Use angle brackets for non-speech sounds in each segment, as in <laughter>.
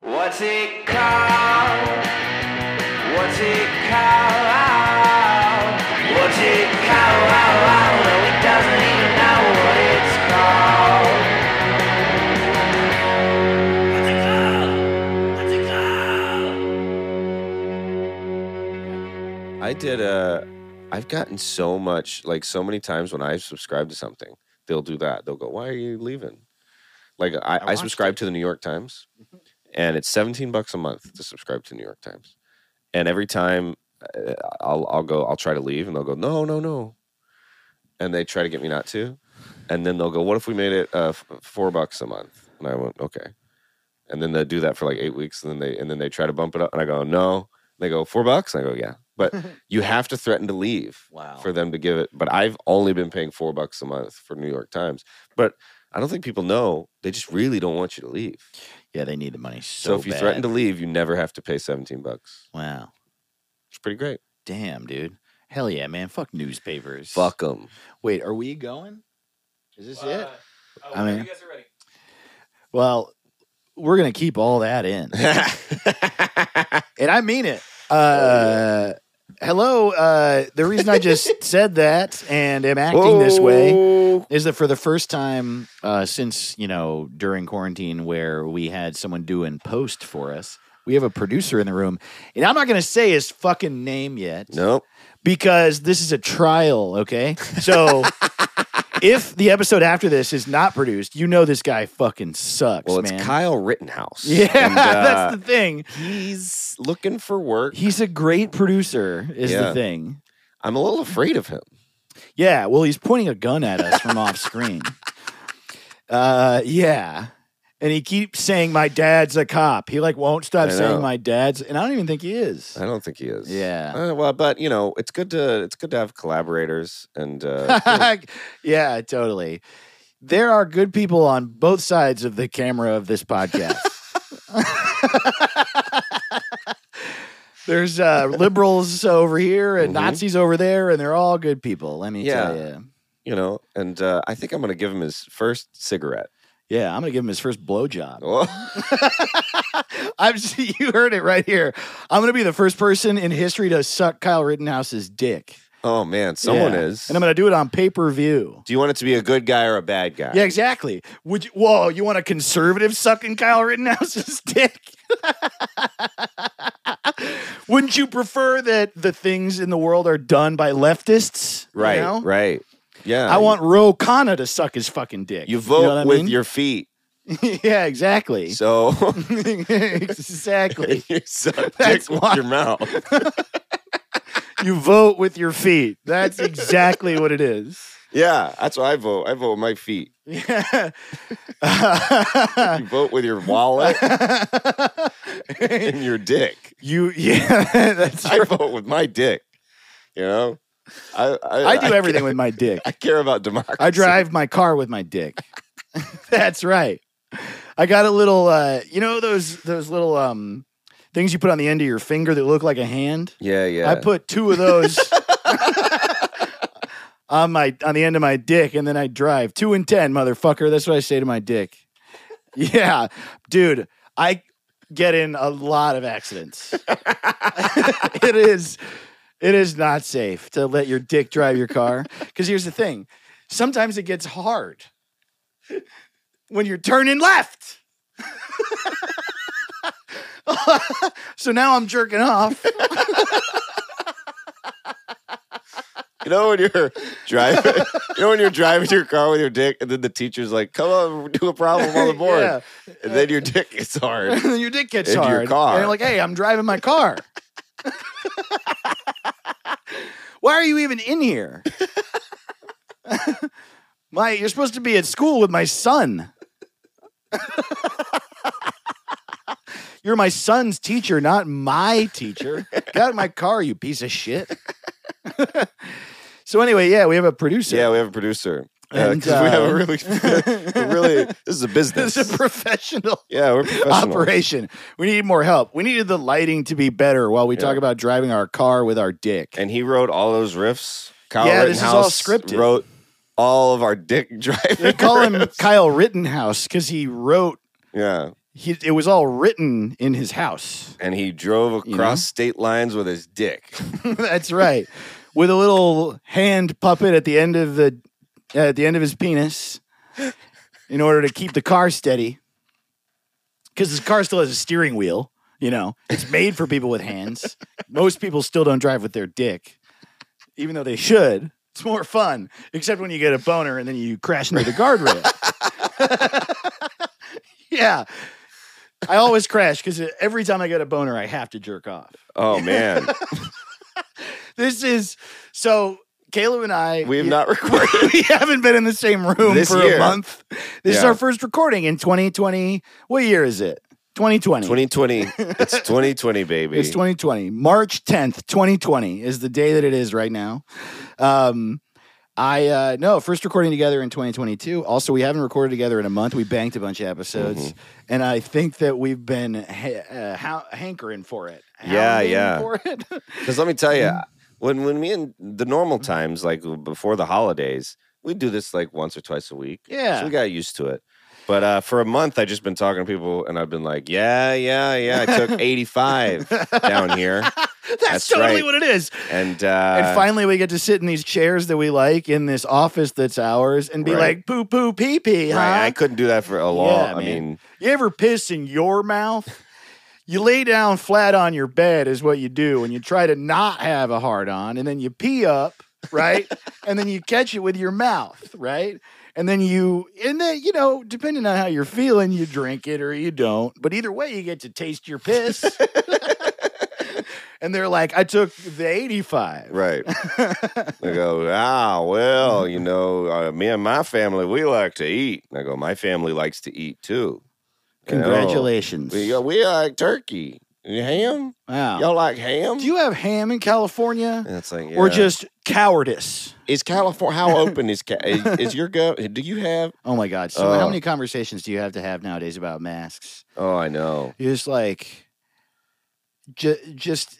What's it called? What's it called? What's it called? No, he doesn't even know what it's called. What's it called? What's it called? I did a. I've gotten so much, like so many times when I subscribe to something, they'll do that. They'll go, "Why are you leaving?" Like I, I, watched subscribe to the New York Times, and it's seventeen bucks a month to subscribe to New York Times. And every time uh, I'll I'll go, I'll try to leave, and they'll go, "No, no, no," and they try to get me not to. And then they'll go, "What if we made it uh, f- four bucks a month?" And I went, "Okay." And then they do that for like eight weeks, and then they and then they try to bump it up, and I go, "No." They go, four bucks? And I go, yeah. <laughs> But you have to threaten to leave Wow. for them to give it. But I've only been paying four bucks a month for New York Times. But I don't think people know they just really don't want you to leave. yeah, they need the money So, so, if you bad. threaten to leave, you never have to pay seventeen bucks. Wow. It's pretty great. Damn, dude. Hell yeah, man. Fuck newspapers. Fuck <laughs> them. Wait, are we going? Is this Uh, it? oh, I whenever mean- you guys are ready. Well, we're gonna keep all that <laughs> in, and I mean it. Uh, hello. Uh, the reason <laughs> I just said that and am acting this way is that for the first time uh, since you know during quarantine, where we had someone doing post for us, we have a producer in the room, and I'm not gonna say his fucking name yet Nope. because this is a trial, okay? <laughs> So if the episode after this is not produced, you know this guy fucking sucks, Well, it's man. Kyle Rittenhouse. <laughs> yeah, <laughs> And, that's uh, the thing. he's looking for work. He's a great producer, is Yeah. the thing. I'm a little afraid of him. Yeah, well, he's pointing a gun at us from off screen. Uh, yeah. And he keeps saying my dad's a cop. He like won't stop I saying know. my dad's, and I don't even think he is. I don't think he is. Yeah. Uh, well, but you know, it's good to it's good to have collaborators and <laughs> uh, yeah, totally. There are good people on both sides of the camera of this <laughs> podcast. There's uh, liberals over here and Mhm. Nazis over there, and they're all good people. Let me tell Yeah. you. you know, and uh, I think I'm gonna give him his first cigarette. <laughs> Yeah, I'm gonna give him his first blowjob. Oh, <laughs> I'm. <laughs> You heard it right here. I'm gonna be the first person in history to suck Kyle Rittenhouse's dick. oh, man, someone Yeah. is. and I'm gonna do it on pay per view. Do you want it to be a good guy or a bad guy? Yeah, exactly. Would you, whoa, you want a conservative sucking Kyle Rittenhouse's <laughs> dick? Wouldn't you prefer that the things in the world are done by leftists? you Right. know? Right. Yeah. I want Ro Khanna to suck his fucking dick. you know vote what I with mean? your feet. <laughs> yeah, exactly. So <laughs> <laughs> exactly. you suck That's dick with why- your mouth. You vote with your feet. That's exactly what it is. Yeah, that's why I vote. I vote with my feet. <laughs> Yeah. <laughs> You vote with your wallet <laughs> and your dick. you <laughs> yeah, that's I right. vote with my dick. You know, I I, I do everything with my dick. I care about democracy. I drive my car with my dick. <laughs> That's right. I got a little uh you know those those little um things you put on the end of your finger that look like a hand? Yeah, yeah. I put two of those <laughs> on my on the end of my dick and then I drive. 2 and 10, motherfucker. That's what I say to my dick. Yeah. Dude, I get in a lot of accidents. <laughs> it is it is not safe to let your dick drive your car. Because here's the thing sometimes it gets hard when you're turning left. <laughs> so now I'm jerking off. You know when you're <laughs> driving, you know when you're driving your car with your dick, and then the teacher's like, "Come on, do a problem <laughs> on the board," Yeah. and then your dick is hard. And then <laughs> your dick gets Into your hard. car. And you're like, hey, I'm driving <laughs> my car. Why are you even in here? <laughs> my, you're supposed to be at school with my son. <laughs> you're my son's teacher, not my teacher. Get out of my car, you piece of shit. <laughs> so anyway, yeah, we have a producer. <laughs> Yeah, we have a producer And, because we have uh, a really, <laughs> we're really. This is a business. <laughs> this is a professional. yeah, we're professional. operation. We need more help. We needed the lighting to be better while we talk Yeah. about driving our car with our dick. And he wrote all those riffs. Kyle Yeah, this is all Rittenhouse scripted. Wrote all of our dick <laughs> driving. they call him <laughs> riffs. Kyle Rittenhouse because he wrote Yeah, he, it was all written in his house. and he drove You know? across state lines with his dick. <laughs> That's right. With a little hand puppet at the end of the at the end of his penis in order to keep the car steady. Cuz this car still has a steering wheel, you know. It's made for people with hands. Most people still don't drive with their dick even though they should. It's more fun, except when you get a boner and then you crash into the guardrail. <laughs> yeah. I always crash cuz every time I get a boner I have to jerk off <laughs> Oh man, this is so Caleb and I we have not recorded. <laughs> we haven't been in the same room This for year. a month. This is Yeah. our first recording in 2020. What year is it? 2020. 2020. It's 2020, baby. It's 2020. March 10th, 2020 is the day that it is right now. Um I uh no, first recording together in 2022. Also, we haven't recorded together in a month. We banked a bunch of episodes, Mm-hmm. and I think that we've been ha- uh, ha- hankering for it. Yeah, Hounding yeah. For it. <laughs> Because let me tell Mm-hmm. you, when when we in the normal times, like before the holidays, we do this like once or twice a week. Yeah. so we got used to it. But uh, for a month, I just been talking to people, and I've been like, "Yeah, yeah, yeah." I <laughs> took 85 down here, That's, That's totally right. what it is. and uh, and finally, we get to sit in these chairs that we like in this office that's ours and be Right. like, poo poo pee pee, huh? right, I couldn't do that for a long. Yeah, I man. mean, you ever piss in your mouth? you lay down flat on your bed, is what you do, and you try to not have a hard on, and then you pee up, right? and then you catch it with your mouth, right? And then you, and then, you know, depending on how you're feeling, you drink it or you don't. But either way, you get to taste your <laughs> piss. <laughs> and they're like, I took the <laughs> 85. right? I go, ah, well, you know, uh, me and my family, we like to eat. And I go, my family likes to eat too. You know, Congratulations. we go, we like turkey, and ham. Wow. Y'all like ham? Do you have ham in California And it's like, or yeah. just cowardice? is California how open is Ca- <laughs> is, is your gov? Do you have? Oh my God. So, Oh. how many conversations do you have to have nowadays about masks? Oh, I know. You're just like, ju- just,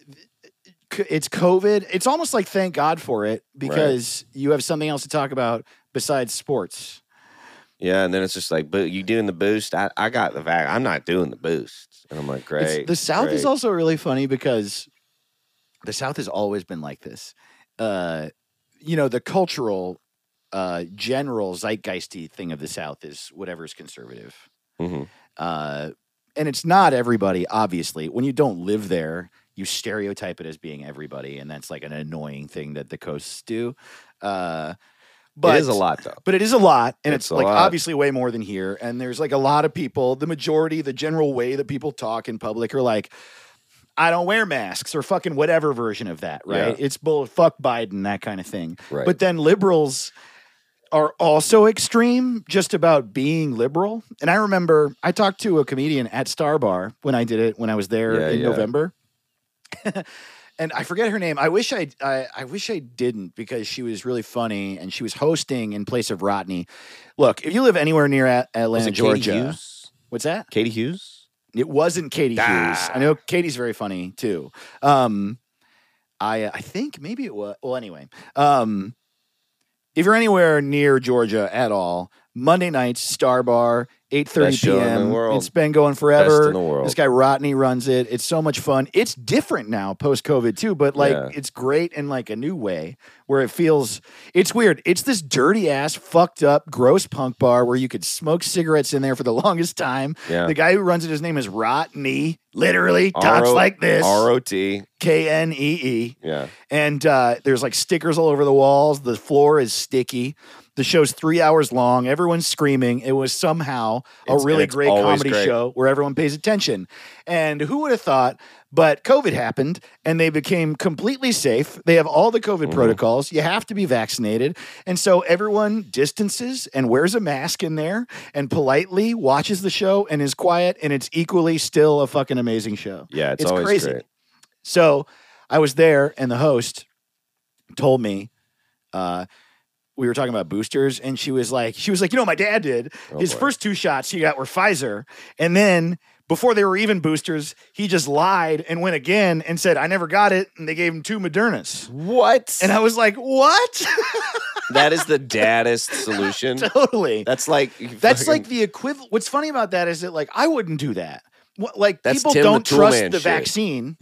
c- it's COVID. It's almost like thank God for it because you have something else to talk about besides sports. Yeah, and then it's just like, but you doing the boost? I, I got the vac. I'm not doing the boost. And I'm like, It's- great. the South is great. also really funny because the South has always been like this. Uh, you know, the cultural, uh, general zeitgeisty thing of the South is whatever's conservative. Mhm. Uh, and it's not everybody, obviously. When you don't live there, you stereotype it as being everybody, and that's like an annoying thing that the coasts do. Uh, but it is a lot though. but it is a lot, and it's, It's a like lot. obviously way more than here. And there's like a lot of people. The majority, the general way that people talk in public are like, "I don't wear masks" or fucking whatever version of that, right? It's bull, fuck Biden, that kind of thing. Right. But then liberals are also extreme just about being liberal. And I remember I talked to a comedian at Star Bar when I did it when I was there Yeah, in yeah. November. and I forget her name. I wish I, I I wish I didn't because she was really funny and she was hosting in place of Rodney. Look, if you live anywhere near A- Was Atlanta, it Georgia, Katie Hughes? what's that? Katie Hughes? It wasn't Katie Ah. Hughes. I know Katie's very funny too. Um, I uh, I think maybe it was. Well, anyway, um, if you're anywhere near Georgia at all, Monday nights Star Bar, eight thirty Best show in the p.m. world. It's been going Best forever. in the world. This guy Rodney runs it. It's so much fun. It's different now post COVID too, but like Yeah. it's great in like a new way where it feels it's weird. It's this dirty ass, fucked up, gross punk bar where you could smoke cigarettes in there for the <laughs> longest time. Yeah. The guy who runs it, his name is Rodney. Literally talks R O- like this. R O T. K N E E. Yeah. And uh, there's like stickers all over the walls. The floor is sticky. The show's three hours long. Everyone's screaming. It was somehow a It's- really it's great always comedy great. show where everyone pays attention. And who would have thought? But COVID happened and they became completely safe. They have all the COVID Mhm. protocols. You have to be vaccinated. And so everyone distances and wears a mask in there and politely watches the show and is quiet. And it's equally still a fucking amazing show. Yeah. It's, It's always crazy. great. So I was there, and the host told me uh, we were talking about boosters, and she was like, she was like, you know, what my dad did Oh, his boy. first two shots he got were Pfizer, and then before they were even boosters, he just lied and went again and said I never got it, and they gave him two Modernas. What? And I was like, what? <laughs> <laughs> that is <laughs> the daddest solution. totally. That's like you That's fucking- like the equivalent. What's funny about that is that like I wouldn't do that. What, like That's people Tim the don't Tool trust Man the shit. vaccine.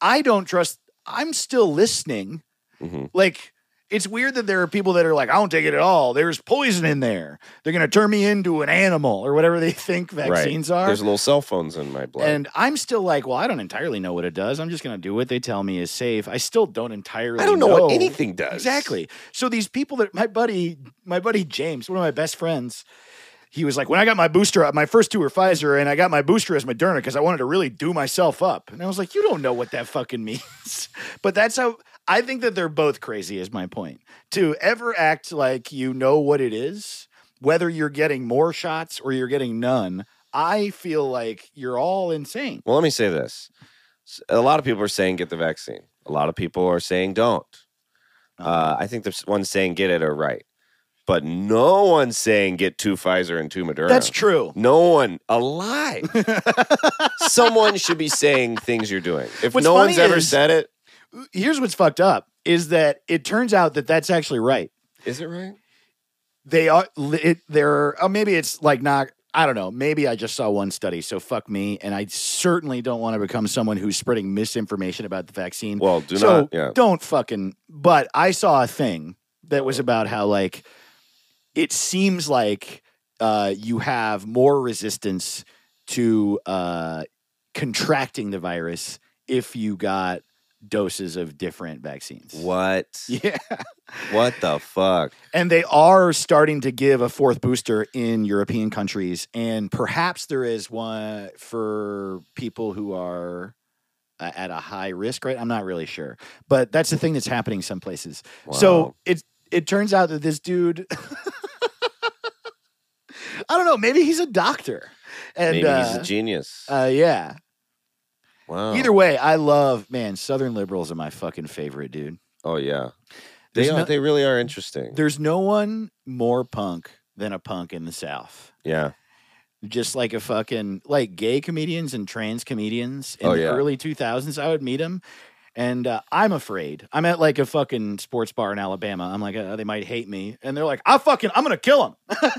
I don't trust. I'm still listening. Mhm. Like it's weird that there are people that are like, I don't take it at all. There's poison in there. They're gonna turn me into an animal or whatever they <laughs> think vaccines are. There's little cell phones in my blood. and I'm still like, well, I don't entirely know what it does. I'm just gonna do what they tell me is safe. I still don't entirely. I don't know, what anything does. Exactly. So these people that my buddy, my buddy James, one of my best friends, he was like, when I got my booster, my first two were Pfizer, and I got my booster as Moderna because I wanted to really do myself up. And I was like, you don't know what that fucking <laughs> means. but that's how I think that they're both crazy. Is my point to ever act like you know what it is, whether you're getting more shots or you're getting none. I feel like you're all insane. Well, let me say this. S- A lot of people are saying get the vaccine. A lot of people are saying don't. Uh-huh. Uh, I think the s- ones saying get it are right, but no one's saying get two Pfizer and two Moderna. That's true. No one alive. Someone should be saying things you're doing. If What's no funny one's ever is- said it, Here's what's fucked up is that it turns out that that's actually right. is it right? they are li- it, they're oh, maybe it's like not i don't know maybe i just saw one study so fuck me and i certainly don't want to become someone who's spreading misinformation about the vaccine Well, do so not. Yeah. don't fucking but i saw a thing that was about how like it seems like uh, you have more resistance to uh, contracting the virus if you got doses of different vaccines What? <laughs> yeah What the fuck? and they are starting to give a fourth booster in European countries, and perhaps there is one for people who are uh, at a high risk. Right? I'm not really sure, but that's the thing that's happening some places. Wow. So it it turns out that this dude, <laughs> I don't know, maybe he's a doctor, and maybe uh, he's a genius. Oh. uh, yeah. wow. Either way, I love man. Southern liberals are my fucking favorite, dude. Oh yeah. They There's are, no- they really are interesting. There's no one more punk than a punk in the South. Yeah. just like a fucking like gay comedians and trans comedians in Oh, the yeah. early 2000s i would meet them and uh, i'm afraid i'm at like a fucking sports bar in alabama i'm like uh, they might hate me and they're like i fucking i'm gonna kill them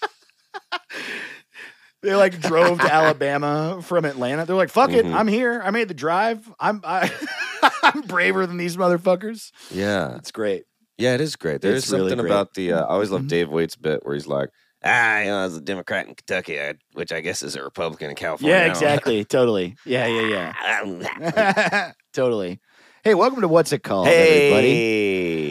<laughs> they like drove to alabama from atlanta they're like fuck Mhm. it i'm here i made the drive i'm I, <laughs> i'm braver than these motherfuckers Yeah. that's great Yeah, it is great. There is It's really something great. about the. Uh, I always love Mhm. Dave Waite's bit where he's like, "Ah, you know, I was a Democrat in Kentucky, I, which I guess is a Republican in California." yeah exactly totally yeah yeah <laughs> yeah totally hey welcome to what's it called everybody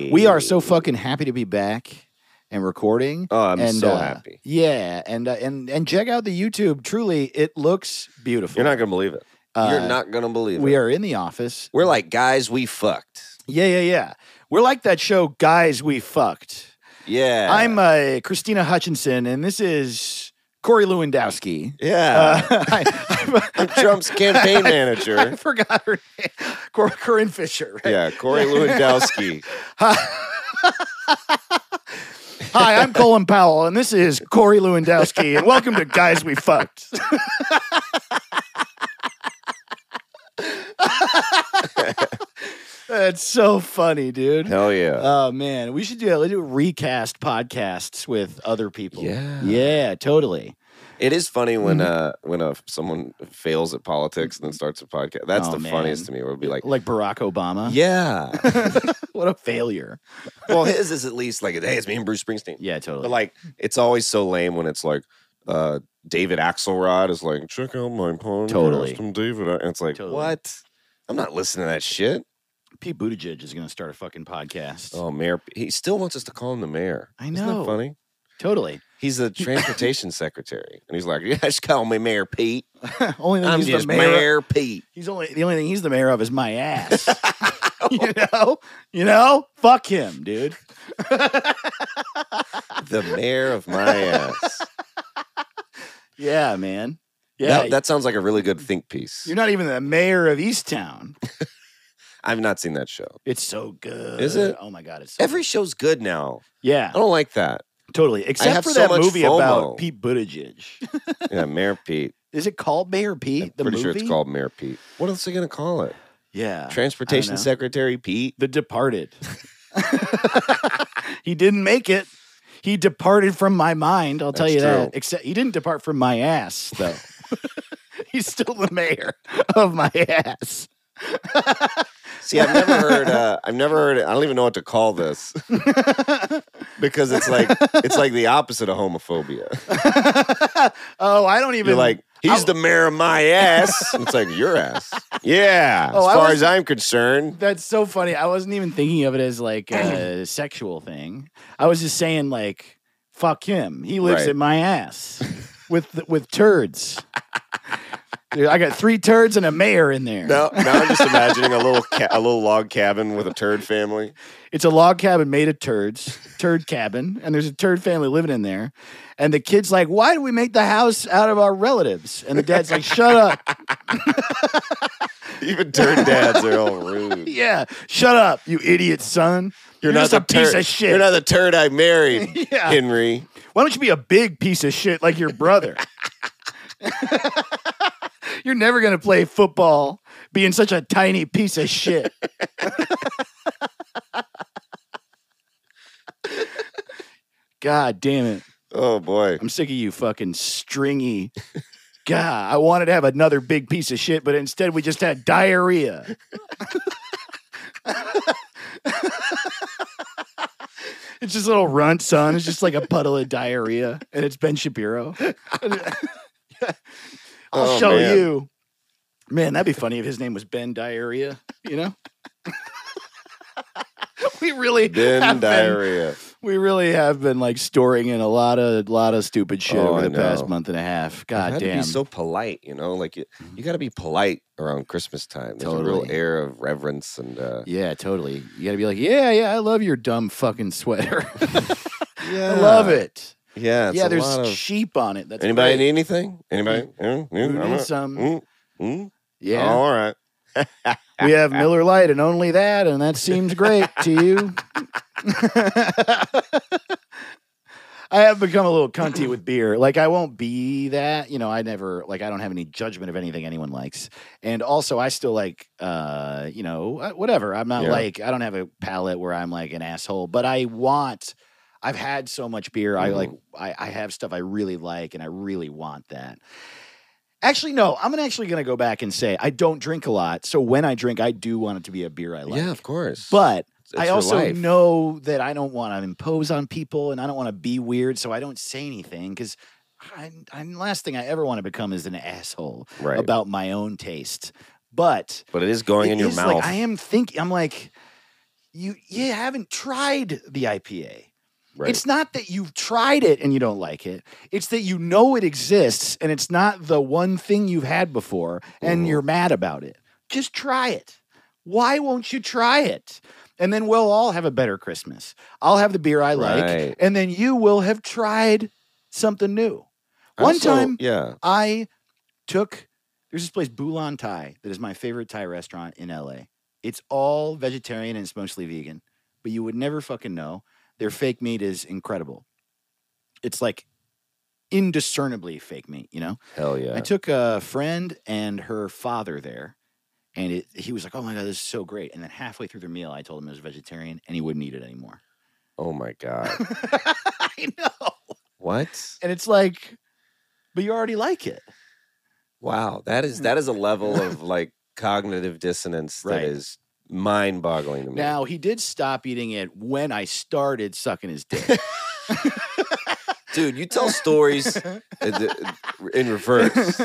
hey, We are so fucking happy to be back and recording. Oh, I'm and, so uh, happy. Yeah, and uh, and and check out the YouTube. Truly, it looks beautiful. You're not gonna believe it. Uh, You're not gonna believe We it. are in the office. We're like guys. We fucked. Yeah, yeah, yeah. We're like that show, guys. We fucked. Yeah. I'm uh, Christina Hutchinson, and this is Corey Lewandowski. Yeah. Uh, <laughs> I, <laughs> I'm Trump's campaign <laughs> I manager. forgot her name. Cor- Corinne Fisher. Right? Yeah, Corey <laughs> Lewandowski. Hi, I'm Colin Powell, and this is Corey Lewandowski, and welcome to Guys We Fucked. <laughs> That's so funny, dude. Hell yeah. Oh man, we should do that. Let's do recast podcasts with other people. Yeah. yeah, totally. It is funny when mm-hmm. uh when uh, someone fails at politics and then starts a podcast. That's Oh, the man. Uh-huh. funniest to me. Where it'll be like, Like Barack Obama. yeah. <laughs> what a failure. well, his is at least like, hey, it's me and Bruce Springsteen. Yeah, totally. But like, it's always so lame when it's like, uh, David Axelrod is like, check out my podcast. Totally. I'm David. A-" And it's like, Totally. what? I'm not listening to that shit. Pete Buttigieg is going to start a fucking podcast. Oh, Mayor. He still wants us to call him the mayor. I Isn't that know. funny? Totally. <laughs> He's the transportation secretary, and he's like, "Yeah, just call me Mayor Pete. only thing I'm <laughs> he's just the mayor. Mayor Pete." He's only the only thing he's the mayor of is my ass. <laughs> <laughs> you know, you know, fuck him, dude. The mayor of my ass. Yeah, man. <laughs> Yeah, That- that, sounds like a really good think piece. you're not even the mayor of Easttown. I've not seen that show. It's so good. Is it? Oh my god, it's so Every show's good now. yeah, I don't like <laughs> that. totally. Except have for so that much movie FOMO. about Pete Buttigieg. Yeah, Mayor Pete. Is it called Mayor Pete? I'm the pretty sure movie? it's called Mayor Pete. What else are they gonna call it? Yeah, Transportation know. Secretary Pete. The Departed. <laughs> he didn't make it. He departed from my mind. I'll tell That's you that. true. Except he didn't depart from my ass, though. <laughs> He's still the mayor of my ass. See, I've never heard. <laughs> Uh, I've never heard. I don't even know what to call this because it's like it's like the opposite of homophobia. oh, I don't even You're like he's the mayor of my ass. It's like your ass. Yeah, Oh, I as far was- as I'm concerned. That's so funny. I wasn't even thinking of it as <clears throat> like a sexual thing. I was just saying like, fuck him. He lives Right. in my ass with with <laughs> turds. Dude, I got three turds and a mayor in there. Now, now I'm just imagining a little ca- a little log cabin with a turd family. It's a log cabin made of turds, turd cabin, and there's a turd family living in there. And the kid's like, "Why do we make the house out of our relatives?" And the dad's like, "Shut up, <laughs> Even turd dads are all rude. yeah, shut up, you idiot son. You're, just a piece turd- of shit. You're not the turd I married, <laughs> Yeah. Henry. Why don't you be a big piece of shit like <laughs> your brother? <laughs> You're never going to play football being such a tiny piece of <laughs> shit. God damn it. Oh boy. I'm sick of you fucking stringy. God, I wanted to have another big piece of shit, but instead we just had diarrhea. <laughs> it's just a little runt, son. It's just like a puddle of diarrhea, and it's Ben Shapiro. I'll Oh, show man. you. Man, that'd be funny if his name was Ben Diarrhea, you know? <laughs> we really Ben <laughs> have been- diarrhea. we really have been like storing in a lot of lot of stupid shit Oh, over I the past know. month and a half. God How to damn. Be so polite, you know. Like you, you got to be polite around Christmas time. There's a Totally. real air of reverence and uh, yeah, totally. You gotta be like, yeah, yeah, I love your dumb fucking sweater. <laughs> yeah, I love it. Yeah, it's yeah, a there's lot of- sheep on it. That's anybody great. need anything? Anybody? Mm, Who mm, needs I'm not- some? mm, mm. Yeah, All right. we have Miller Lite and only that, and that seems great to you. <laughs> I have become a little cunty with beer. Like I won't be that, you know, I never like I don't have any judgment of anything anyone likes. And also I still like uh, you know, uh, whatever. I'm not Yeah. like I don't have a palate where I'm like an asshole, but I want I've had so much beer. I Mhm. like I, I have stuff I really like and I really want that. Actually, no, I'm gonna- actually gonna go back and say I don't drink a lot. So when I drink, I do want it to be a beer I like. yeah, of course. But It's- it's I your also life. know that I don't want to impose on people and I don't want to be weird, so I don't say anything because I, I last thing I ever want to become is an asshole right. about my own taste. But but it is going it in your is mouth. like I am thinking I'm like you you haven't tried the IPA. right. It's not that you've tried it and you don't like it. It's that you know it exists and it's not the one thing you've had before and Mhm. you're mad about it. Just try it. Why won't you try it? And then we'll all have a better Christmas. I'll have the beer I like Right. and then you will have tried something new. I One also- time Yeah. I took there's this place Bulan Thai that is my favorite Thai restaurant in LA. It's all vegetarian and it's mostly vegan, but you would never fucking know. Their fake meat is incredible. It's like indiscernibly fake meat, you know? Hell yeah. I took a friend and her father there, and it, he was like, "Oh my god, this is so great!" And then halfway through their meal, I told him it was vegetarian, and he wouldn't eat it anymore. <laughs> oh my <laughs> god. I know, what? and it's like, but you already like it. Wow. That is that is a level <laughs> of like cognitive dissonance Right. that is mind-boggling to me. Now he did stop eating it when I started sucking his dick. <laughs> Dude, you tell <laughs> stories uh, th- in reverse.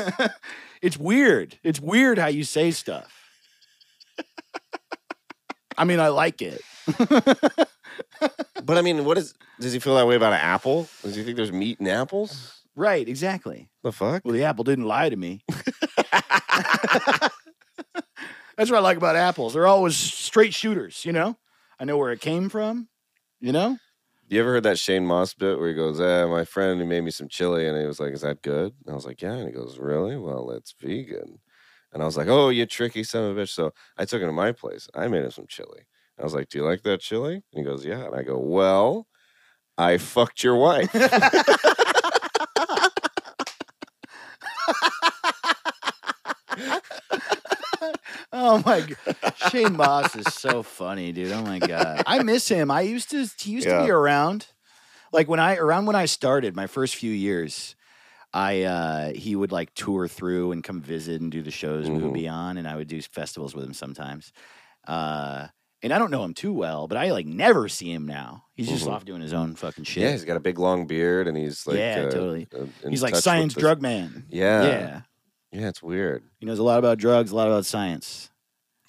it's weird. It's weird how you say stuff. I mean, I like it. But I mean, what is? Does he feel that way about an apple? Does he think there's meat in apples? Right, exactly. The fuck? Well, the apple didn't lie to me. That's what I like about apples. They're always straight shooters, you know? I know where it came from, you know? You ever heard that Shane Moss bit where he goes, "Ah, my friend who made me some chili," and he was like, "Is that good?" And I was like, "Yeah." And he goes, "Really? Well, it's vegan." And I was like, "Oh, you tricky son of a bitch!" So I took him to my place. I made him some chili. I was like, "Do you like that chili?" And he goes, "Yeah." And I go, "Well, I fucked your <laughs> wife." oh my god, Shane Moss is so funny, dude. Oh my god, I miss him. I used to he used to Yeah. be around, like when I around when I started my first few years. I uh, he would like tour through and come visit and do the shows we would Mhm. be on, and I would do festivals with him sometimes. Uh, and I don't know him too well, but I like never see him now. He's just Mhm. off doing his own fucking shit. Yeah, he's got a big long beard, and he's like, yeah, uh, totally. uh, in He's like touch with science the- drug man. Yeah, yeah, yeah, it's weird. he knows a lot about drugs, a lot about science.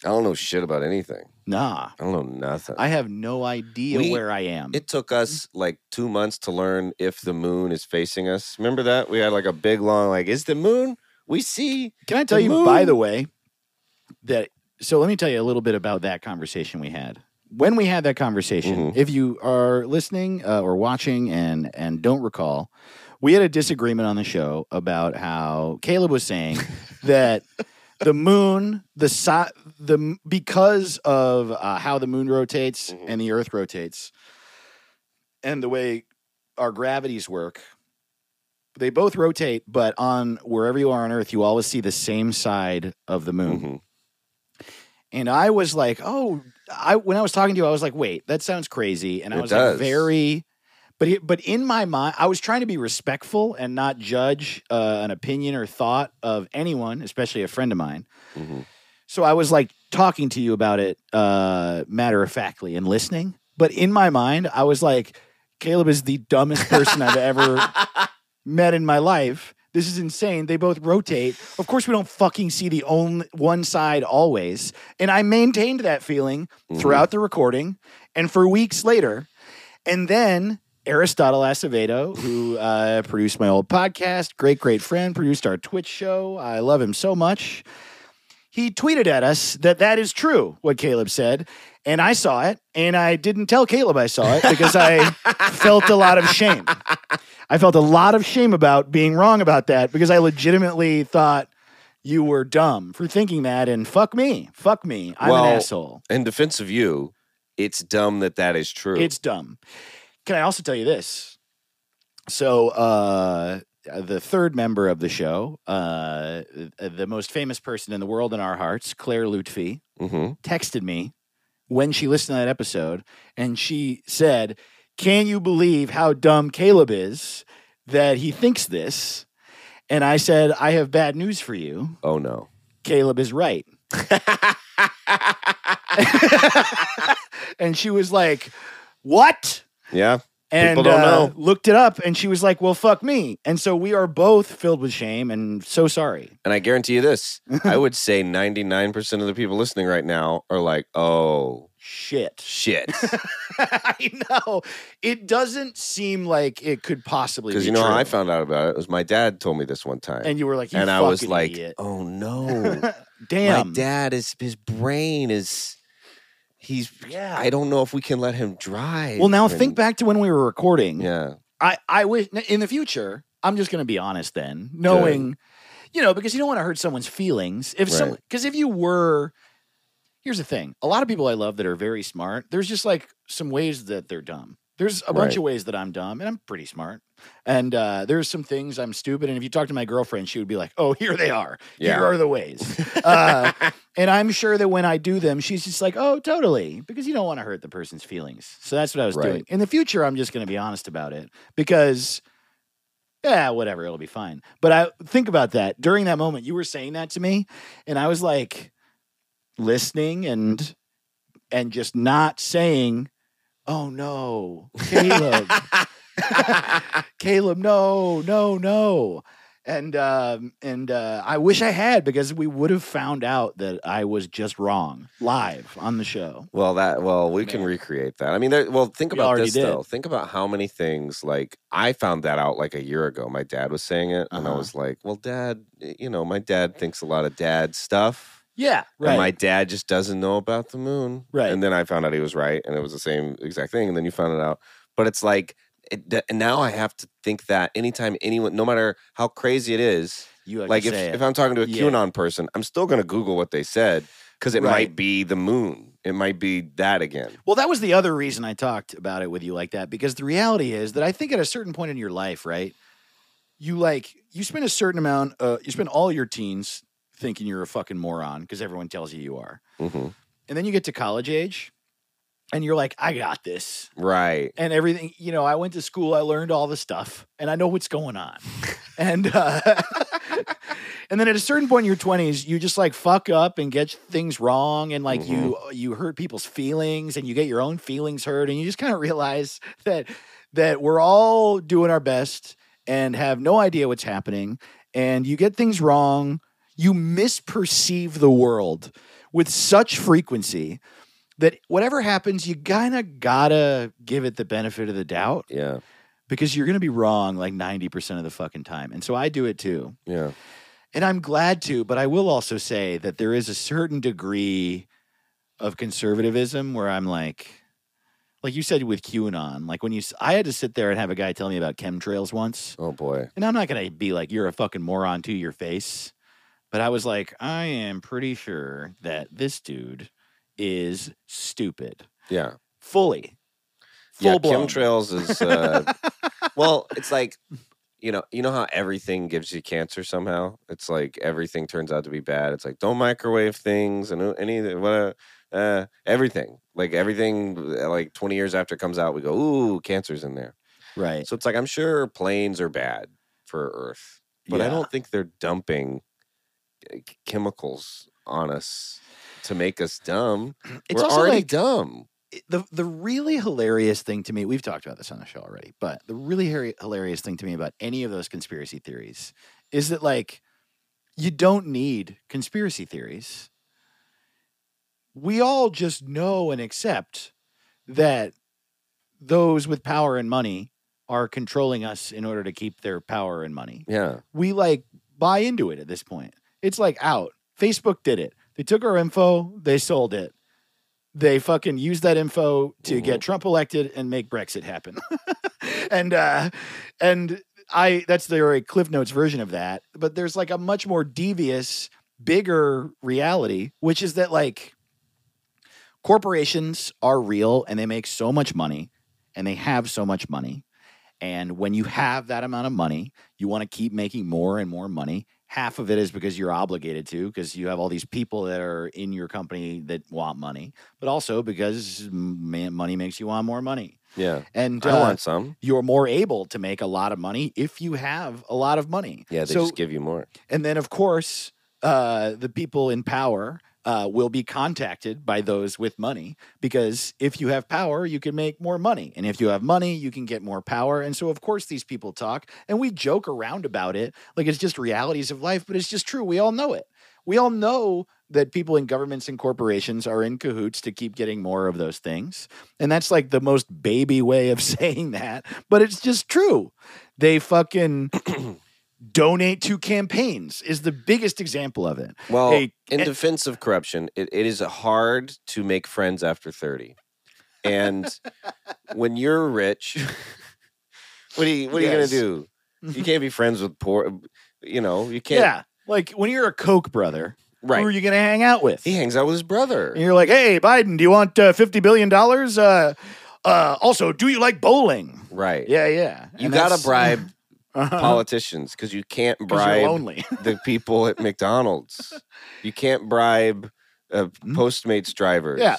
I don't know shit about anything. Nah, I don't know nothing. I have no idea We- where I am. it took us like two months to learn if the moon is facing us. Remember that we had like a big long like, is the moon? We see. Can I tell the you, by moon. the way, that so let me tell you a little bit about that conversation we had. When we had that conversation, Mm-hmm. if you are listening uh, or watching and and don't recall, we had a disagreement on the show about how Caleb <laughs> was saying that the moon, the si- the m- because of uh, how the moon rotates Mhm. and the Earth rotates, and the way our gravities work, they both rotate. But on wherever you are on Earth, you always see the same side of the moon. Mhm. And I was like, oh, I when I was talking to you, I was like, wait, that sounds crazy. And I It was does. like, very. But, he- but in my mind, I was trying to be respectful and not judge uh, an opinion or thought of anyone, especially a friend of mine. Mhm. So I was like talking to you about it, uh, matter of factly, and listening. But in my mind, I was like, Caleb is the dumbest person I've ever met in my life. This is insane. They both rotate. Of course, we don't fucking see the only one side always. And I maintained that feeling Mhm. throughout the recording and for weeks later. And then Aristotle Acevedo, who uh, produced my old podcast, great, great friend, produced our Twitch show. I love him so much. He tweeted at us that that is true, what Caleb said. And I saw it, and I didn't tell Caleb I saw it because <laughs> I felt a lot of shame. I felt a lot of shame about being wrong about that because I legitimately thought you were dumb for thinking that, and fuck me, fuck me, I'm Well, an asshole. In defense of you, it's dumb that that is true. It's dumb. Can I also tell you this? So, uh, the third member of the show, uh, the most famous person in the world in our hearts, Claire Lutfi, hmm texted me when she listened to that episode and she said, Can you believe how dumb Caleb is that he thinks this? And I said, I have bad news for you. Oh no. Caleb is right. and she was like, What? Yeah. and People don't uh, know. looked it up and she was like well fuck me and so we are both filled with shame and so sorry And I guarantee you this I would say 99% of the people listening right now are like, oh, shit <laughs> shit. i know it doesn't seem like it could possibly Because be you know how true. I found out about it? It was my dad told me this one time. and you were like you and I was fucking like, idiot. oh no. damn My dad is, his brain is, he's, yeah I don't know if we can let him drive. well now and- think back to when we were recording Yeah. i i wish in the future i'm just gonna be honest then knowing you know because you don't want to hurt someone's feelings if some Right. because if you were here's the thing a lot of people i love that are very smart there's just like some ways that they're dumb there's a bunch Right. of ways that i'm dumb and i'm pretty smart and uh, there's some things i'm stupid and if you talk to my girlfriend she would be like oh <laughs> here they are Yeah. here are the ways <laughs> uh, and i'm sure that when i do them she's just like oh totally because you don't want to hurt the person's feelings so that's what i was Right. doing in the future i'm just going to be honest about it because yeah, whatever, it'll be fine. But I think about that during that moment, you were saying that to me, and I was like listening and and just not saying, <laughs> "Oh no, Caleb, <laughs> Caleb, no, no, no." And um, and uh, I wish I had because we would have found out that I was just wrong live on the show. Well, that well, we can Man. recreate that. I mean, there, well, think We about already this did. though. Think about how many things like I found that out like a year ago. My dad was saying it, and I Uh-huh. was like, "Well, Dad, you know, my dad thinks a lot of dad stuff, Yeah, and right. my dad just doesn't know about the moon." Right. And then I found out he was right, and it was the same exact thing. And then you found it out, but it's like it, th- now I have to think that anytime anyone, no matter how crazy it is, you have like to if, say it. if I'm talking to a Yeah. QAnon person, I'm still going to Google what they said because it Right. might be the moon. It might be that again. Well, that was the other reason I talked about it with you like that because the reality is that I think at a certain point in your life, right? You like you spend a certain amount uh you spend all your teens thinking you're a fucking moron because everyone tells you you are. hmm And then you get to college age and you're like, I got this. Right. And everything, you know, I went to school, I learned all the stuff, and I know what's going on. and uh <laughs> and then at a certain point in your 20s, you just like fuck up and get things wrong and like you you hurt people's feelings and you get your own feelings hurt and you just kind of realize that that we're all doing our best and have no idea what's happening and you get things wrong, you misperceive the world with such frequency that whatever happens, you kind of gotta give it the benefit of the doubt Yeah. because you're gonna be wrong like 90% of the fucking time. And so I do it too. Yeah. And I'm glad to, but I will also say that there is a certain degree of conservatism where I'm like, like you said with QAnon, like when you, s- I had to sit there and have a guy tell me about chemtrails once. Oh boy. And I'm not going to be like, you're a fucking moron to your face. But I was like, I am pretty sure that this dude is stupid. Yeah. Fully. Full yeah. blown. Chemtrails is. <laughs> Uh, well, it's like. You know, you know how everything gives you cancer somehow. It's like everything turns out to be bad. It's like don't microwave things and any what uh, everything. Like everything, uh, like twenty years after it comes out, we go, ooh, cancer's in there. right. So it's like I'm sure planes are bad for Earth, but I Yeah. don't think they're dumping uh, ch- chemicals on us to make us dumb. It's We're also already like dumb. the, the really hilarious thing to me, we've talked about this on the show already, but the really hairy- hilarious thing to me about any of those conspiracy theories is that, like, you don't need conspiracy theories. We all just know and accept that those with power and money are controlling us in order to keep their power and money. Yeah, We like buy into it at this point. It's like out. Facebook did it. They took our info, they sold it. They fucking used that info to get Trump elected and make Brexit happen. <laughs> and uh and I that's the very Cliff Notes version of that, but there's like a much more devious, bigger reality, which is that like corporations are real and they make so much money and they have so much money. And when you have that amount of money, you want to keep making more and more money. Half of it is because you're obligated to, because you have all these people that are in your company that want money, but also because man, money makes you want more money. yeah. And I uh, want some. you're more able to make a lot of money if you have a lot of money. Yeah, they so, just give you more. and then, of course, uh, the people in power uh, will be contacted by those with money because if you have power, you can make more money. And if you have money, you can get more power. And so, of course, these people talk and we joke around about it. Like it's just realities of life, but it's just true. We all know it. We all know that people in governments and corporations are in cahoots to keep getting more of those things. And that's like the most baby way of <laughs> saying that, but it's just true. They fucking donate to campaigns is the biggest example of it. Well, Hey, in eh- defense of corruption, it, it is hard to make friends after 30. And when you're rich, <laughs> what are you, what are Yes. you going to do? You can't be friends with poor, you know, you can't. Yeah. Like when you're a Koch brother, who are Right. you going to hang out with? He hangs out with his brother. And you're like, hey, Biden, do you want uh, $50 billion? Uh, uh, also, do you like bowling? Right. Yeah, yeah. You And got to that's- <laughs> bribe Uh-huh. politicians because you can't 'Cause you're bribe lonely. <laughs> the people at McDonald's. You can't bribe uh, Postmates drivers. Mm-hmm. Yeah.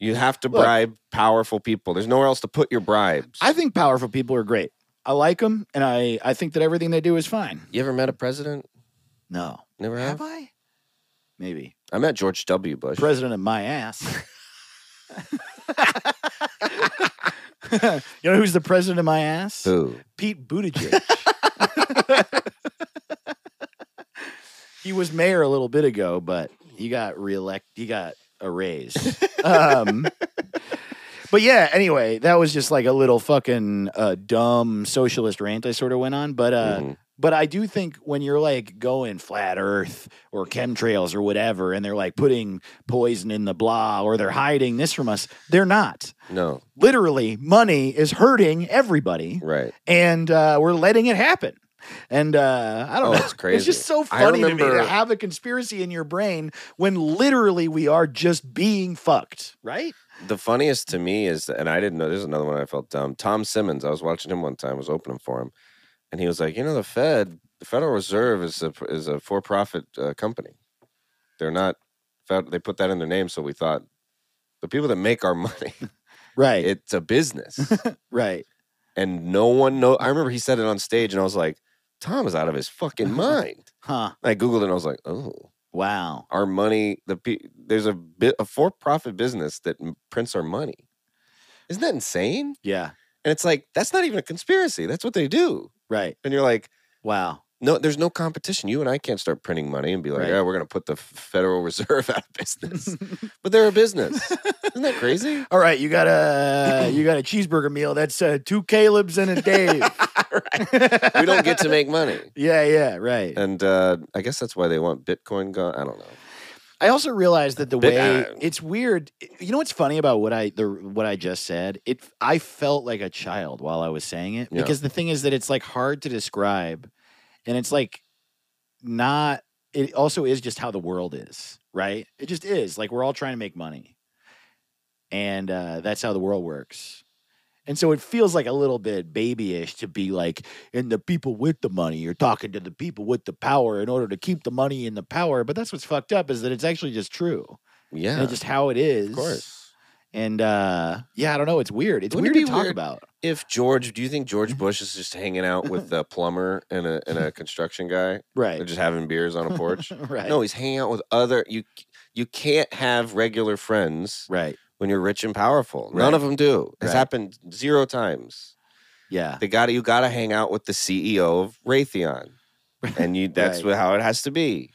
You have to Look. bribe powerful people. There's nowhere else to put your bribes. I think powerful people are great. I like them, and I, I think that everything they do is fine. you ever met a president? No. Never have. Have I? Maybe. I met George W. Bush. President of <laughs> my ass. <laughs> you know who's the president of my ass? <laughs> Who? Pete Buttigieg. <laughs> he was mayor a little bit ago, but he got reelect. He got a raise. Um, but yeah, anyway, that was just like a little fucking uh, dumb socialist rant I sort of went on. But uh, Mhm. but I do think when you're like going flat Earth or chemtrails or whatever, and they're like putting poison in the blah, or they're hiding this from us, they're not. No. Literally, money is hurting everybody Right. and uh, we're letting it happen. And uh, I don't Oh, know. it's crazy. just so I funny to me remember- to have a conspiracy in your brain when literally we are just being fucked, right? The funniest to me is, and I didn't know. There's another one I felt dumb. Tom Simmons. I was watching him one time. I was opening for him, and he was like, "You know, the Fed, the Federal Reserve, is a is a for profit uh, company." They're not. fed- They put that in their name, so we thought the people that make our <laughs> money, Right. it's a business, right. and no one know. I remember he said it on stage, and I was like, Tom is out of his fucking mind. Huh. I googled it, and I was like, oh, Wow. our money. The pe- there's a bit a for-profit business that m- prints our money. Isn't that insane? Yeah. And it's like that's not even a conspiracy. That's what they do. Right. And you're like, Wow. no, there's no competition. You and I can't start printing money and be like, Right. oh, we're going to put the Federal Reserve <laughs> out of <laughs> business. but they're a business. Isn't that crazy? All right, you got <laughs> a you got a cheeseburger meal. That's uh, two Caleb's and a <laughs> Dave. <laughs> We don't get to make money. yeah, <laughs> yeah, right. And uh, I guess that's why they want Bitcoin gone. I don't know. I also realized that the Bit- way uh, it's weird. You know what's funny about what I the what I just said? It I felt like a child while I was saying it Yeah. because the thing is that it's like hard to describe, and it's like not. It also is just how the world is, right? It just is. Like we're all trying to make money, and uh, that's how the world works. And so it feels like a little bit babyish to be like, and the people with the money, you're talking to the people with the power in order to keep the money in the power. But that's what's fucked up is that it's actually just true. Yeah. And it's just how it is. of course. And uh, yeah, I don't know. It's weird. It's Wouldn't weird it to be talk weird- about. If George, do you think <laughs> George Bush is just hanging out with a plumber and a, and a construction guy? They're <laughs> Right. just having beers on a porch? right. No, he's hanging out with other. You, you can't have regular friends right. when you're rich and powerful. None Right. of them do. It's Right. happened zero times. Yeah. they got to you got to hang out with the CEO of <laughs> Raytheon, and you that's Right. how it has to be.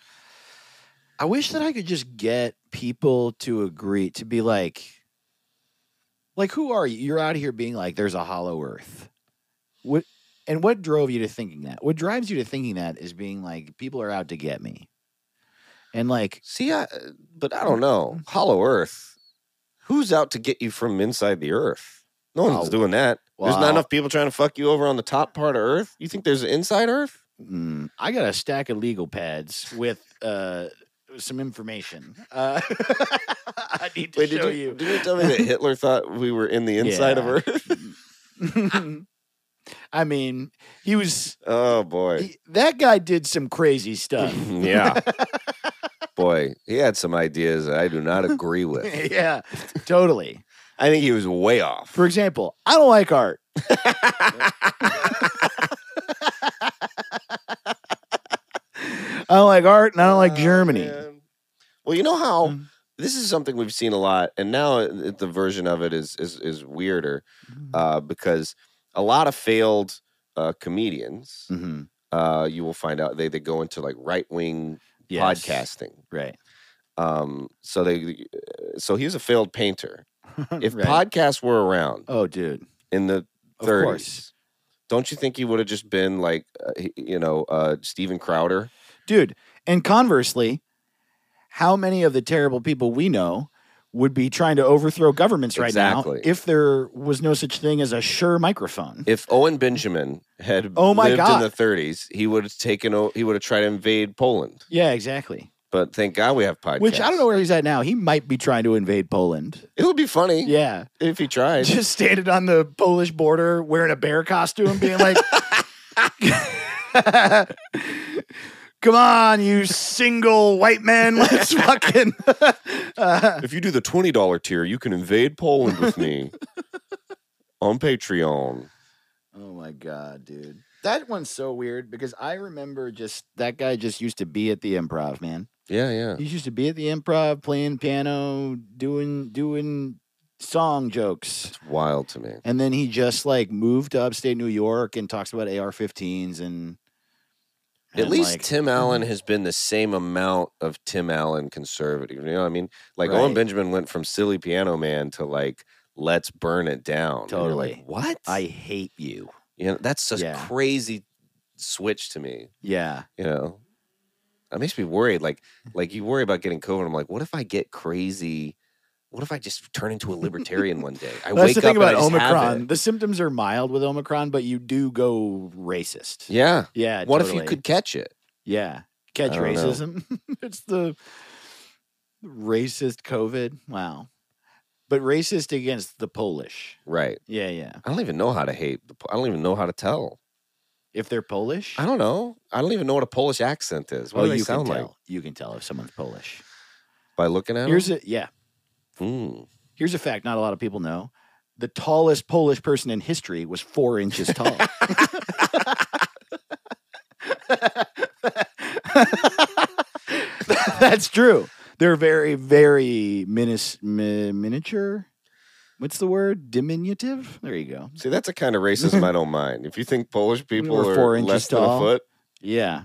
I wish that I could just get people to agree to be like, like, who are you? You're out here being like, there's a hollow earth. What and what drove you to thinking that? What drives you to thinking that is being like, people are out to get me. And like, See, I, but I don't know. Mm-hmm. Hollow Earth. Who's out to get you from inside the Earth? No one's Oh, doing that. There's not wow. enough people trying to fuck you over on the top part of Earth. You think there's an inside Earth? mm, I got a stack of legal pads with uh some information. Uh <laughs> I need to Wait, show did you, did you tell me <laughs> that Hitler thought we were in the inside of Yeah. Earth? <laughs> you. <laughs> I mean, he was Oh boy, he- that guy did some crazy stuff. <laughs> yeah, boy, he had some ideas that I do not agree with. <laughs> yeah, totally. I think he was way off. For example, I don't <laughs> like art. I don't like art and I don't like Oh, Germany. man. Well, you know how Mm. this is something we've seen a lot, and now it- the version of it is is is weirder uh, because a lot of failed uh, comedians, Mhm. uh, you will find out they they go into like right wing Yes. podcasting. Right. Um, so they, uh, so he was a failed <laughs> painter. If Right. podcasts were around Oh, dude. in the Of course. thirties. Don't you think he would have just been like, uh, he- you know, uh, Steven Crowder? Dude. And conversely, how many of the terrible people we know would be trying to overthrow governments right Exactly. now if there was no such thing as a sure microphone? If Owen Benjamin had Oh my lived God. in the 30s, he would have taken. o- He would have tried to invade Poland. yeah, exactly. But thank God we have podcasts. Which I don't know where he's at now. He might be trying to invade Poland. It would be funny Yeah. if he tried. just standing on the Polish border wearing a bear costume, being like, <laughs> "Come on, you single white man, let's fucking." uh, if you do the twenty dollar tier, you can invade Poland with <laughs> me on Patreon. oh my god, dude, that one's so weird because I remember just that guy just used to be at the improv, man. Yeah, yeah. He used to be at the improv, playing piano, doing doing song jokes. It's wild to me. And then he just like moved to upstate New York and talks about AR-15s and At and, least like- Tim Allen has been the same amount of Tim Allen conservative. You know what I mean? Like Owen Right. Benjamin went from silly piano man to like let's burn it down. And you're like, Totally. what? I hate you. you know that's such Yeah. crazy switch to me. Yeah. you know it makes me worried <laughs> like like you worry about getting covid i'm like what if i get crazy what if i just turn into a libertarian one day i That's wake the thing up about and I just have Omicron. it. The symptoms are mild with Omicron, but you do go racist. yeah Yeah. what if totally. you could catch it Yeah. Catch I don't know. racism. <laughs> it's the racist COVID. Wow. But racist against the Polish. right Yeah, yeah. i don't even know how to hate the, Po- i don't even know how to tell If they're Polish, i don't know i don't even know what a polish accent is what oh, do they you sound can like tell. You can tell if someone's Polish. by looking at Here's a yeah. them? <laughs> Mm. Here's a fact not a lot of people know. The tallest Polish person in history was four <laughs> inches tall. That's true. They're very, very minis- mi- miniature. What's the word? Diminutive? There you go. See, that's a kind of racism I don't mind. If you think Polish people We're are four inches less tall. than a foot, Yeah.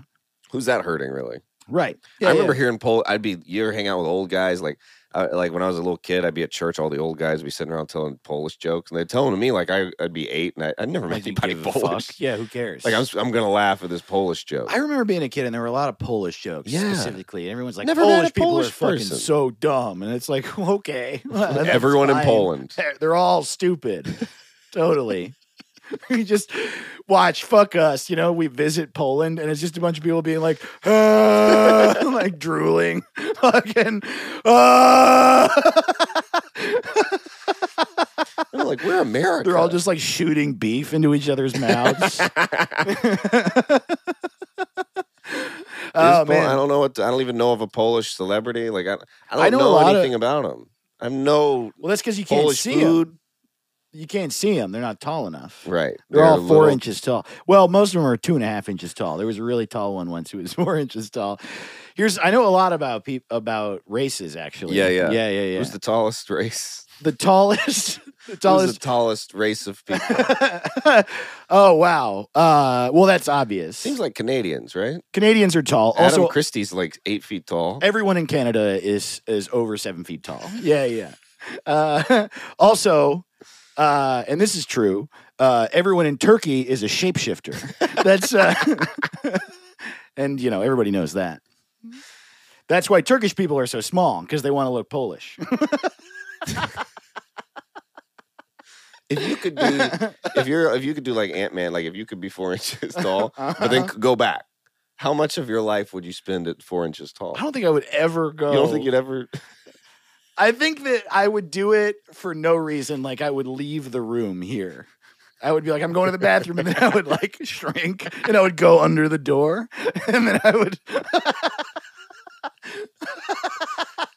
who's that hurting really? Right. Yeah, I remember yeah. hearing Pol. I'd be you ever hang out with old guys like uh, like when I was a little kid, I'd be at church. All the old guys would be sitting around telling Polish jokes, and they'd tell them to me like I, I'd be eight, and I, I'd never met Like, you anybody give a <laughs> Polish. fuck. Yeah, who cares? Like I'm s- I'm gonna laugh at this Polish joke. I remember being a kid and there were a lot of Polish jokes Yeah. specifically. Everyone's like, Never met Polish a people Polish are fucking person. so dumb. And it's <laughs> like, <laughs> okay. that's Everyone in fine. Poland. <laughs> They're, they're all stupid. <laughs> totally. <laughs> you just watch, fuck us. You know, we visit Poland and it's just a bunch of people <laughs> being like, <laughs> "Ah," like drooling. <laughs> Fucking, "Ah." They're like we're America. they're all just like shooting beef into each other's <laughs> mouths. <laughs> This Pol- I oh, man. don't know what I don't even know of a Polish celebrity. Like I, I don't I know a know, lot of- anything about them. I'm no Well, that's because you can't Polish see food. them. You can't see them. They're not tall enough. Right. They're, all a four little- inches tall. Well, most of them are two and a half inches tall. There was a really tall one once who was <laughs> four inches tall. Here's I know a lot about peop about races actually. Yeah, yeah. yeah, yeah, yeah. Who's the tallest race? the tallest? <laughs> The Who's the tallest. tallest race of people? <laughs> oh wow. Uh, well, that's obvious. Seems like Canadians, right? Canadians are tall. Adam Also, Christie's like eight feet tall. everyone in Canada is is over seven feet tall. Yeah, yeah. Uh, <laughs> also, uh, and this is true. Uh, everyone in Turkey is <laughs> a shapeshifter. That's uh, <laughs> and you know everybody knows that. That's why Turkish people are so small because they want to look Polish. If you could be, if you're, if you could do like Ant Man, like if you could be four <laughs> inches tall, but Uh-huh. then c- go back, how much of your life would you spend at four inches tall? <laughs> I don't think I would ever go. You don't think you'd ever? I think that I would do it for no reason. Like I would leave the room here. I would be like, I'm going to the bathroom, and then I would like <laughs> shrink, and I would go under the door, <laughs> and then I would.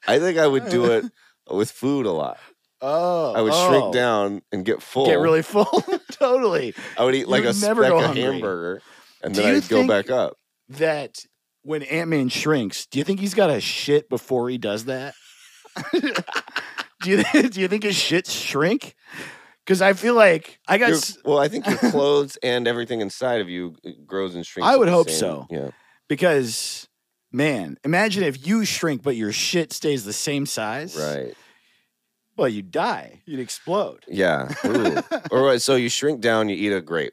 I think I would do <laughs> it with food a lot. Oh, I would oh, shrink down and get full. get really full. <laughs> totally. I would eat like you a would never speck go of hungry. hamburger, and Do then you I'd go think- back up. That when Ant Man shrinks, do you think he's got a shit before he does that? <laughs> do you <laughs> do you think his shits shrink? Because I feel like I got. Your- s- well, I think <laughs> your clothes and everything inside of you uh, grows and shrinks. I at would the hope same- so. Yeah. because man imagine if you shrink but your shit stays the same size Right. well you die <laughs> you'd explode Yeah. <laughs> Ooh. or what- so you shrink down, you eat a grape,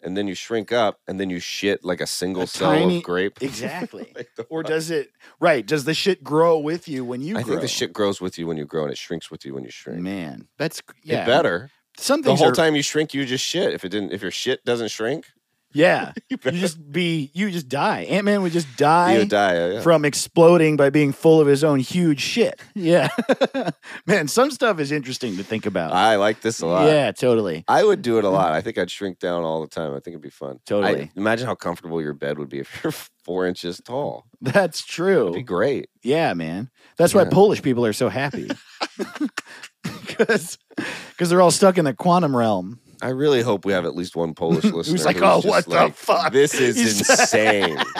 and then you shrink up, and then you shit like a single A cell tiny- of grape. <laughs> exactly Like the or fuck? does it right does the shit grow with you when <laughs> you I grow think the shit grows with you when you grow, and it shrinks with you when you shrink. man that's It yeah better. some The things whole are- time you shrink, you just shit. If it didn't, if your shit doesn't shrink, yeah <laughs> you you better just be you just die ant-man <laughs> would just die you would die. yeah, yeah. from exploding by being full of his own <laughs> huge shit yeah <laughs> man some stuff is interesting to think about I like this a lot. yeah totally <laughs> I would do it a lot. I think I'd shrink down all the time. I think it'd be fun. I- Totally. imagine how comfortable your bed would be if you're <laughs> four inches tall. that's true It'd be great. Yeah, man. That's why Yeah. Polish people are <laughs> so happy. Because they're all stuck in the quantum realm. I really hope we have at least one <laughs> Polish listener Who's like, "Oh, just what the fuck?" <laughs> This is You said- insane. <laughs>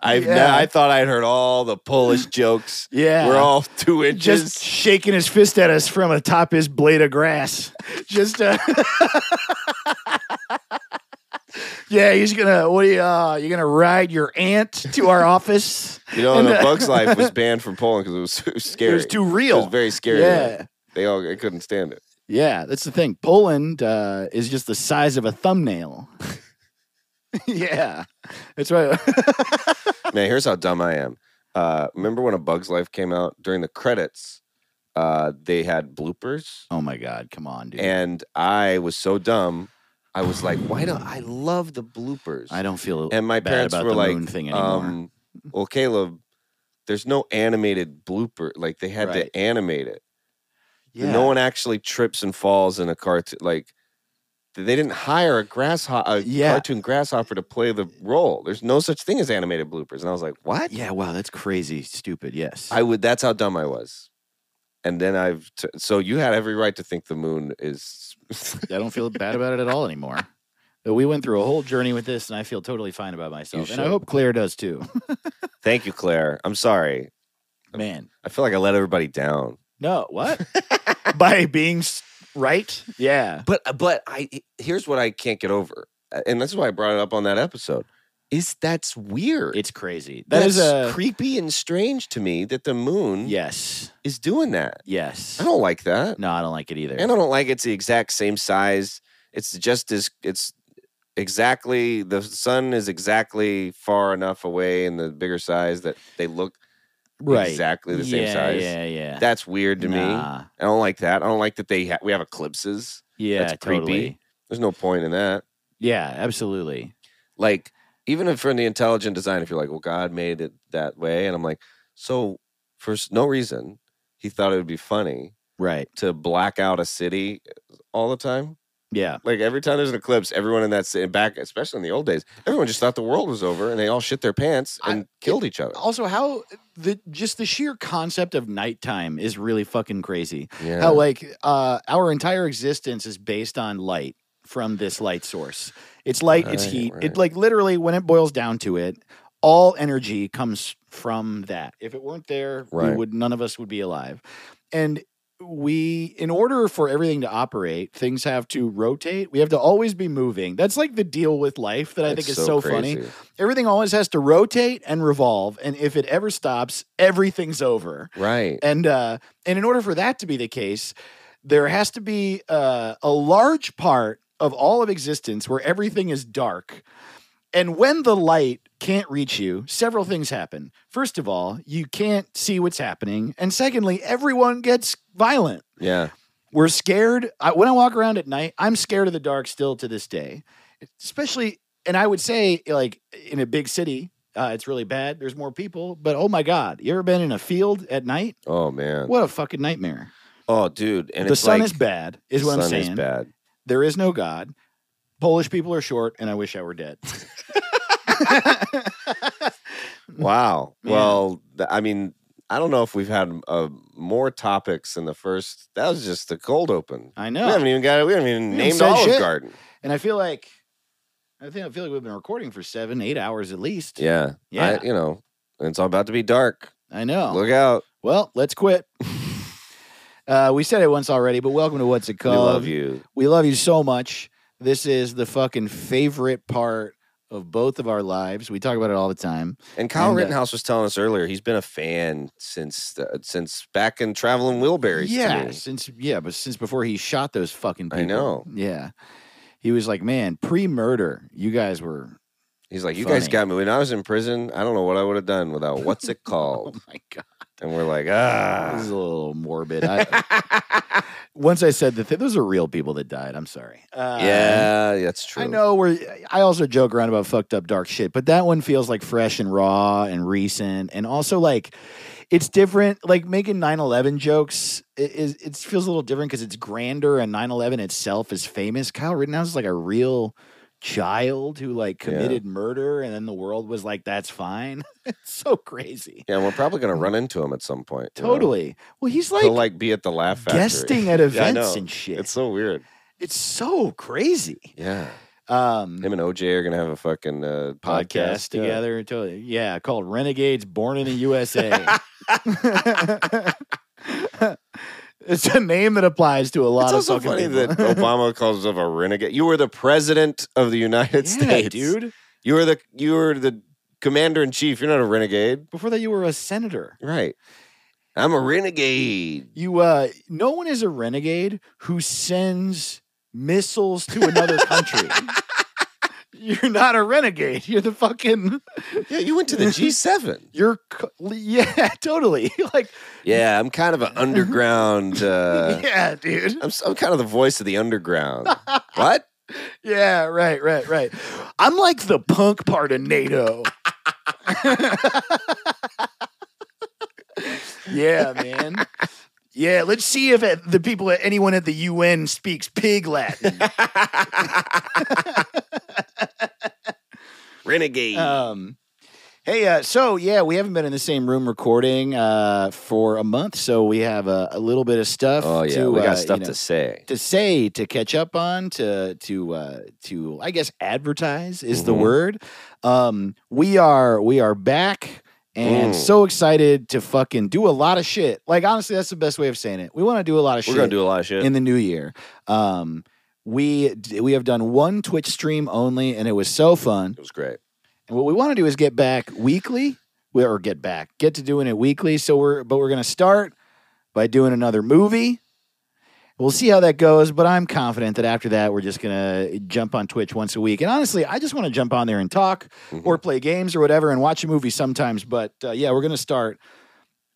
I've Yeah. ne- I thought I'd heard all the Polish jokes. Yeah. We're all two just inches. shaking his fist at us from atop his blade of grass. Just uh <laughs> Yeah, he's gonna what do you uh you're gonna ride your aunt to our office? you know, and and, the uh, Bugs <laughs> Life was banned from Poland because it was so scary. It was too It was real. very scary. yeah. They all they couldn't stand it. Yeah, that's the thing. Poland uh, is just the size of a thumbnail. <laughs> yeah. That's right. Man, here's how dumb I am. Uh, remember when A Bug's Life came out during the credits? Uh, they had bloopers. Oh my God! Come on, dude. and I was so dumb. I was like, "Why don't I love the bloopers?" I don't feel and my bad parents about were the like, moon thing anymore. um, "Well, Caleb, there's no animated blooper. Like they had Right. to animate it. yeah. No one actually trips and falls in a cartoon. Like They didn't hire a grasshopper, a Yeah. cartoon grasshopper, to play the role. There's no such thing as animated bloopers. And I was like, what? Yeah, wow, that's crazy, stupid. Yes, I would. That's how dumb I was. And then I've. T- so you had every right to think the moon is. <laughs> I don't feel bad about it at all anymore. But we went through a whole journey with this, and I feel totally fine about myself. And I should. hope Claire <laughs> does too. <laughs> Thank you, Claire. I'm sorry. Man, I feel like I let everybody down. no, <laughs> what? By being s- right? Yeah. But uh, but I here's what I can't get over, uh, and that's why I brought it up on that episode. Is that's weird. It's crazy. that's that's a creepy and strange to me that the moon yes, is doing that. yes. I don't like that. no, I don't like it either. And I don't like it's the exact same size. It's just as it's exactly the sun is exactly far enough away in the bigger size that they look right? exactly the same yeah, size. Yeah, yeah. That's weird to me. I Nah. don't like that. I don't like that they ha- we have eclipses. Yeah, That's creepy. totally. There's no point in that. Yeah, absolutely. Like even if for the intelligent design, if you're like, well, God made it that way, and I'm like, so for s- no reason, he thought it would be funny Right. to black out a city uh, all the time. Yeah. Like every time there's an eclipse, everyone in that city back, especially in the old days, everyone just thought the world was over and they all shit their pants and I- Oh, killed each other. Also, how the just the sheer concept of nighttime is really fucking crazy. Yeah. How like uh, our entire existence is based on light from this light source. It's light, it's Right, heat. right. It like literally when it boils down to it, all energy comes from that. If it weren't there, we Right. would none of us would be alive. And we in order for everything to operate, things have to rotate. We have to always be moving. That's like the deal with life that I It's think is so funny crazy. everything always has to rotate and revolve and if it ever stops everything's over Right. and uh and in order for that to be the case there has to be uh, a large part of all of existence where everything is dark and when the light can't reach you several things happen first of all you can't see what's happening and secondly everyone gets violent Yeah. we're scared. I, when I walk around at night, I'm scared of the dark still to this day, especially. And I would say, like in a big city, uh, it's really bad. There's more people, but oh my god, you ever been in a field at night? Oh man. What a fucking nightmare! Oh dude. And the it's sun like, is bad, is the what I'm sun saying. Is bad. There is no god. Polish people are short, and I wish I were dead. Wow. <laughs> Yeah. Well, th- I mean, I don't know if we've had uh, more topics in the first. That was just the cold open. <laughs> I We haven't know, even got it. We haven't even We haven't named said Olive shit. Garden. and I feel like. I think I feel like we've been recording for seven, eight hours at least. Yeah. Yeah. Oh, I, you know, it's all about to be dark. I know. Look out. Well, <laughs> let's quit. uh, we said it once already, but welcome to What's It We Called. love you. We love you so much. This is the fucking favorite part of both of our lives. We talk about it all the time. And Kyle And, uh, Rittenhouse was telling us earlier he's been a fan since the, since back in Traveling Wheelberries. to yeah, me. since yeah, but since before he shot those fucking people. I know. Yeah. He was like, "Man, pre-murder, you guys were <laughs> He's like, you guys Funny. got me. When I was in prison, I don't know what I would have done without what's it Oh called. my god. and we're like, <laughs> This is ah. a little morbid. <laughs> I, once I said that th- those are real people that died. I'm sorry. Uh, <laughs> yeah, that's true. I know we're. I also joke around about fucked up dark shit, but that one feels like fresh and raw and recent, and also like it's different. Like making 9-11 jokes i- is it feels a little different because it's grander, and 9-11 itself is famous. Kyle Rittenhouse is like a real child who like Yeah. committed murder, and then the world was like, "That's fine." <laughs> it's so crazy. Yeah, we're probably gonna run into him at some point. you know? Totally. Well, he's He'll like, like be at the laugh factory. guesting at I events know. and <laughs> shit. It's It's, so weird. so crazy. Yeah, Um, him and OJ are gonna have a fucking uh, podcast yeah. together. Totally. Yeah, called Renegades Born in the USA. <laughs> it's a name that applies to a lot It's of also fucking funny people. that <laughs> Obama calls himself a renegade. You were the president of the United Yeah, States, dude. You were the you were the commander in chief. You're not a renegade, Before that, you were a senator. right? I'm a renegade. You, uh, no one is a renegade who sends missiles to <laughs> another country. You're not a renegade. You're the fucking. Yeah, you went to the <laughs> G7. You're, co- yeah, <laughs> totally. like, yeah, I'm kind of an <laughs> underground. Uh, yeah, dude. I'm s- I'm kind of the voice of the underground. what? Yeah, right, right, right. I'm like the punk part of NATO. yeah, man. Yeah, let's see if at the people at anyone at the UN speaks pig Latin. Renegade. <laughs> um, hey, uh, so yeah, we haven't been in the same room recording uh, for a month, so we have a, a little bit of stuff. oh yeah, to, we uh, got stuff you know, to say. to say to catch up on to to uh to i guess advertise is the Mhm. word um we are we are back and Mm. so excited to fucking do a lot of shit like honestly that's the best way of saying it we want to do a lot of We're shit gonna do a lot of shit. in the new year um we d- we have done one twitch stream only and it was so fun it was great. and what we want to do is get back weekly, we- or get back, get to doing it weekly. So we're, but we're going to start by doing another movie. We'll see how that goes, but I'm confident that after that, we're just going to jump on Twitch once a week. And honestly, I just want to jump on there and talk Mhm. or play games or whatever and watch a movie sometimes. But uh, yeah, we're going to start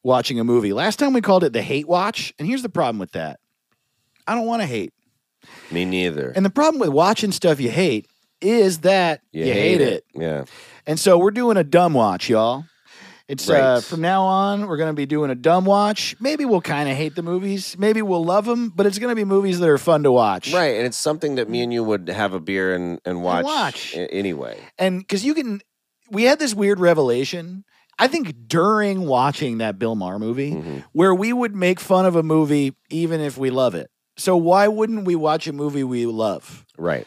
watching a movie. Last time we called it the hate watch. And here's the problem with that I don't want to hate. Me neither. And the problem with watching stuff you hate is that you, hate, it. Yeah. And so we're doing a dumb watch, y'all. It's uh, Right. from now on, we're going to be doing a dumb watch. Maybe we'll kind of hate the movies. Maybe we'll love them, but it's going to be movies that are fun to watch. Right. And it's something that me and you would have a beer and, and watch, watch. a- anyway. And because you can, we had this weird revelation, I think during watching that Bill Maher movie, Mhm. where we would make fun of a movie even if we love it. So why wouldn't we watch a movie we love? Right.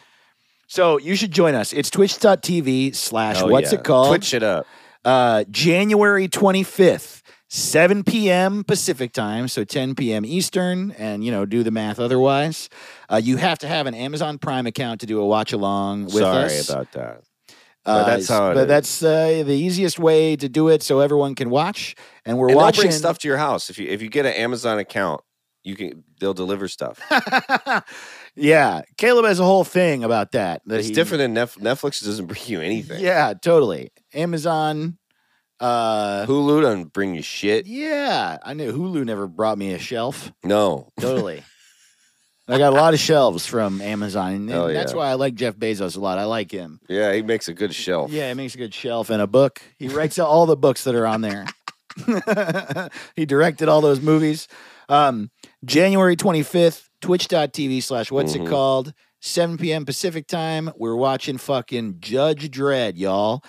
So you should join us. It's twitch.tv slash Oh, what's yeah. it called? Twitch it up. uh, January 25th, 7 p.m. Pacific time, so 10 p.m. Eastern, and you know, do the math otherwise. Uh, you have to have an Amazon Prime account to do a watch along with Sorry us. about that. uh, but that's how it but is. that's uh, the easiest way to do it, so everyone can watch. And we're and they'll watching bring stuff to your house. If you if you get an Amazon account, you can they'll deliver <laughs> stuff. yeah, Caleb has a whole thing about that. that it's he- different than Nef- Netflix doesn't <laughs> bring you anything. Yeah, totally. Amazon. Uh, Hulu doesn't bring you shit. yeah, I knew Hulu never brought me a shelf. No. Totally. I got a lot of shelves from Amazon. And Hell that's yeah. why I like Jeff Bezos a lot. I like him. Yeah, he makes a good shelf. Yeah, it makes a good shelf and a book. He writes <laughs> out all the books that are on there. <laughs> he directed all those movies. Um, January 25th, twitch.tv slash what's Mhm. it called? 7 p.m. Pacific time. We're watching fucking Judge Dredd, y'all.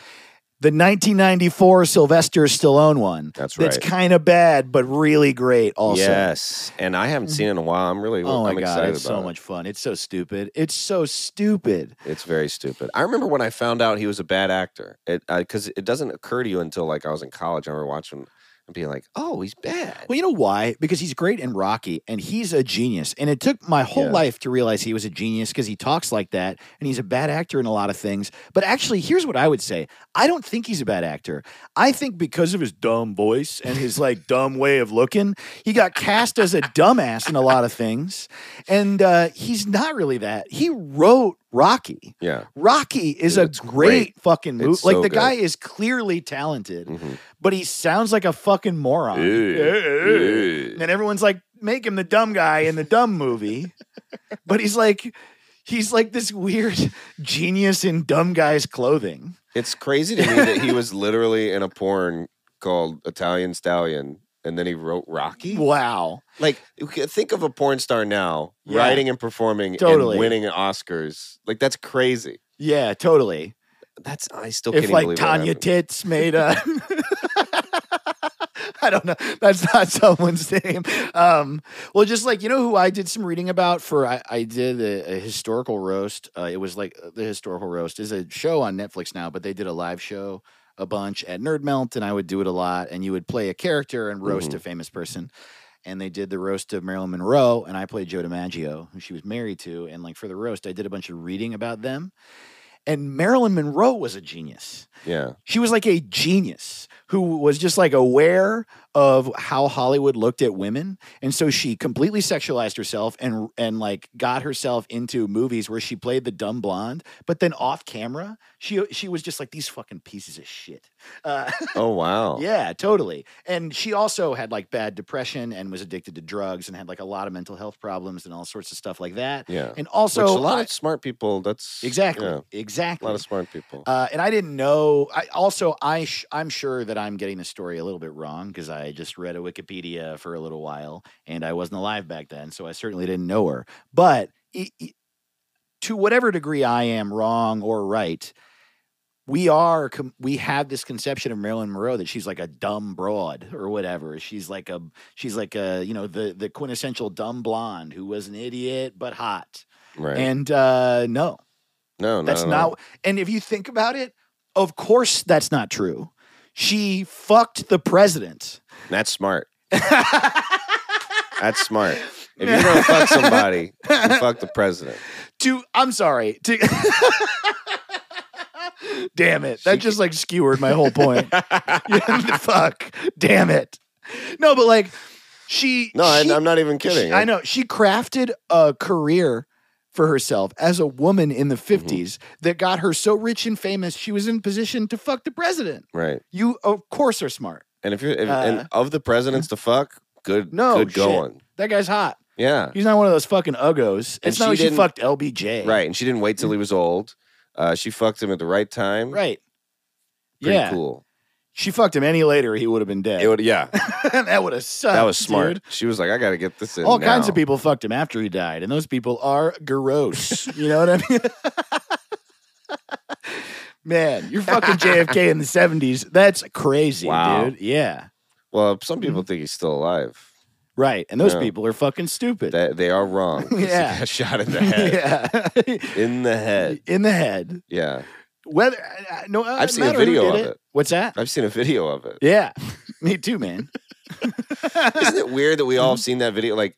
The 1994 Sylvester Stallone one. That's That's right. kind of bad, but really great also. Yes. And I haven't seen it in a while. I'm really Mm-hmm. Oh my I'm god, excited it's about so much fun. It's so stupid. It's so stupid. it. It's very stupid. I remember when I found out he was a bad actor. It because it doesn't occur to you until like I was in college. I remember watching and being like, "Oh, he's bad." Well, you know why? Because he's great in Rocky and he's a genius. And it took my whole Yeah. life to realize he was a genius because he talks like that and he's a bad actor in a lot of things. But actually, here's what I would say. I don't think he's a bad actor. I think because of his dumb voice and his like <laughs> dumb way of looking, he got cast as a dumbass in a lot of things. And uh, he's not really that. He wrote Rocky. Yeah. Rocky is Dude, a it's great, great. fucking movie. It's Like so the good. guy is clearly talented, Mhm. but he sounds like a fucking moron. Ew. And then everyone's like, make him the dumb guy in the dumb <laughs> movie. but he's like, he's like this weird <laughs> genius in dumb guy's clothing. It's crazy to me that he was literally in a porn called Italian Stallion and then he wrote Rocky. Wow. Like, you can- think of a porn star now Yeah. writing and performing Totally. and winning Oscars. Like, that's crazy. Yeah, totally. That's, I still if can't like believe Tanya that happened. Tits made a. <laughs> I don't know. That's not <laughs> someone's name. Um, well, just like you know, who I did some reading about for. I, I did a, a historical roast. Uh, it was like the historical roast is a show on Netflix now, but they did a live show a bunch at Nerd Melt, and I would do it a lot. And you would play a character and roast Mhm. a famous person. And they did the roast of Marilyn Monroe, and I played Joe DiMaggio, who she was married to. And like for the roast, I did a bunch of reading about them. And Marilyn Monroe was a genius Yeah. she was like a genius who was just like aware of how Hollywood looked at women, and so she completely sexualized herself and and like got herself into movies where she played the dumb blonde, but then off camera she she was just like these fucking pieces of shit. Uh, Oh, wow. yeah, totally. And she also had like bad depression and was addicted to drugs and had like a lot of mental health problems and all sorts of stuff like that. Yeah. And So also Which a lot I- of smart people, that's exactly, yeah, a exactly. lot of smart people. Uh, and I didn't know. I also I sh- I'm sure that I'm getting the story a little bit wrong because I I just read a Wikipedia for a little while, and I wasn't alive back then, so I certainly didn't know her. But i- i- to whatever degree I am wrong or right, we are com- we have this conception of Marilyn Monroe that she's like a dumb broad or whatever. She's like a she's like a you know the the quintessential dumb blonde who was an idiot but hot. Right. And uh, no, no, no, that's no. not. And if you think about it, of course that's not true. She fucked the president. That's smart. That's smart. If you're gonna <laughs> fuck somebody, you fuck the president. To I'm sorry. To <laughs> damn it, that She- just like skewered my <laughs> whole point. <laughs> Fuck, damn it. No, but like she. No, she- I, I'm not even kidding. She- I know she crafted a career for herself as a woman in the Mm-hmm. 50s that got her so rich and famous she was in position to fuck the president. Right. You of course are smart. And if you're if, Uh, and of the presidents to fuck, good. No, good shit. going. That guy's hot. Yeah. He's not one of those fucking uggos. And It's not she like she didn't- fucked LBJ. Right. And she didn't wait till he was old. Uh, she fucked him at the right time. Right. Pretty yeah. cool. She fucked him any later, he would have been dead. It would, yeah. <laughs> that would have sucked. That was smart. dude. She was like, I got to get this in. All kinds of now. people fucked him after he died, and those people are <laughs> gross. you know what I mean? <laughs> Man, you're fucking JFK in the 70s. That's crazy, Wow. dude. Yeah. Well, some people Mm-hmm. think he's still alive. Right. And those Yeah. people are fucking stupid. They, they are wrong. 'cause he <laughs> <laughs> Yeah. got shot in the head. <laughs> yeah. In the head. <laughs> in the head. Yeah. Whether I- I- no, it I've seen a matter who video did of it. <laughs> What's that? I've seen a video of it. Yeah, me too, man. Isn't it weird that we Mm-hmm. all have seen that video? Like,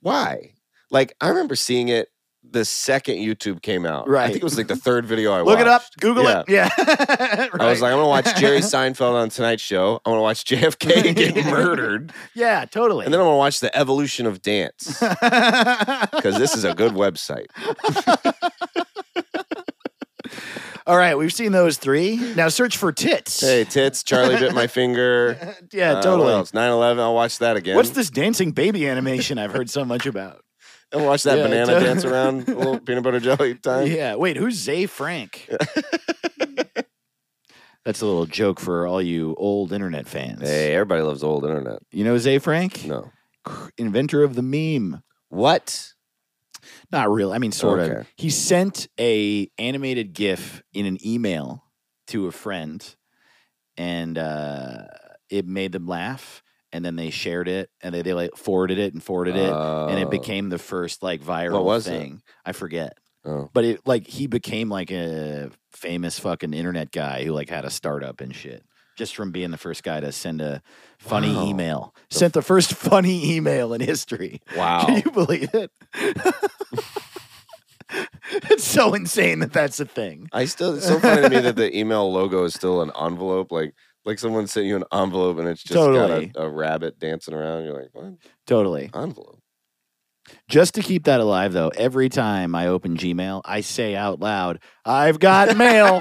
why? Like, I remember seeing it the second YouTube came out. I Right. think it was like the third video I Look watched. it up, Google it. Yeah, <laughs> I was Right. like, I'm gonna watch <laughs> Jerry Seinfeld on Tonight Show. I'm gonna watch JFK get murdered, yeah, totally. and then I'm gonna watch the evolution of dance <laughs> because this is a good website. All right, we've seen those three. Now search for tits. Hey, tits! Charlie bit my finger. <laughs> yeah, Uh, totally. What else? 9/11. I'll watch that again. What's this dancing baby animation I've heard so <laughs> much about? I'll watch that Yeah, banana totally. dance around a <laughs> little peanut butter jelly time. Yeah, wait, who's Zay <laughs> Frank? That's a little joke for all you old internet fans. Hey, everybody loves old internet. You know Zay Frank? No. Inventor of the meme. What? Not really. I mean, sort of. Okay. He sent a animated GIF in an email to a friend, and uh, it made them laugh. And then they shared it, and they, they like forwarded it and forwarded it, and Oh. it became the first like viral was it? thing. I forget, Oh. but it like he became like a famous fucking internet guy who like had a startup and shit just from being the first guy to send a funny Wow. email. Sent the first <laughs> funny email in history. Can Wow. you believe it? it's so insane that that's a thing. I still it's so funny to me that the email logo is still an envelope. Like like someone sent you an envelope and it's just Totally. got a, a rabbit dancing around. You're like, what Totally. envelope? Just to keep that alive, though, every time I open Gmail, I say out loud, I've got <laughs> mail.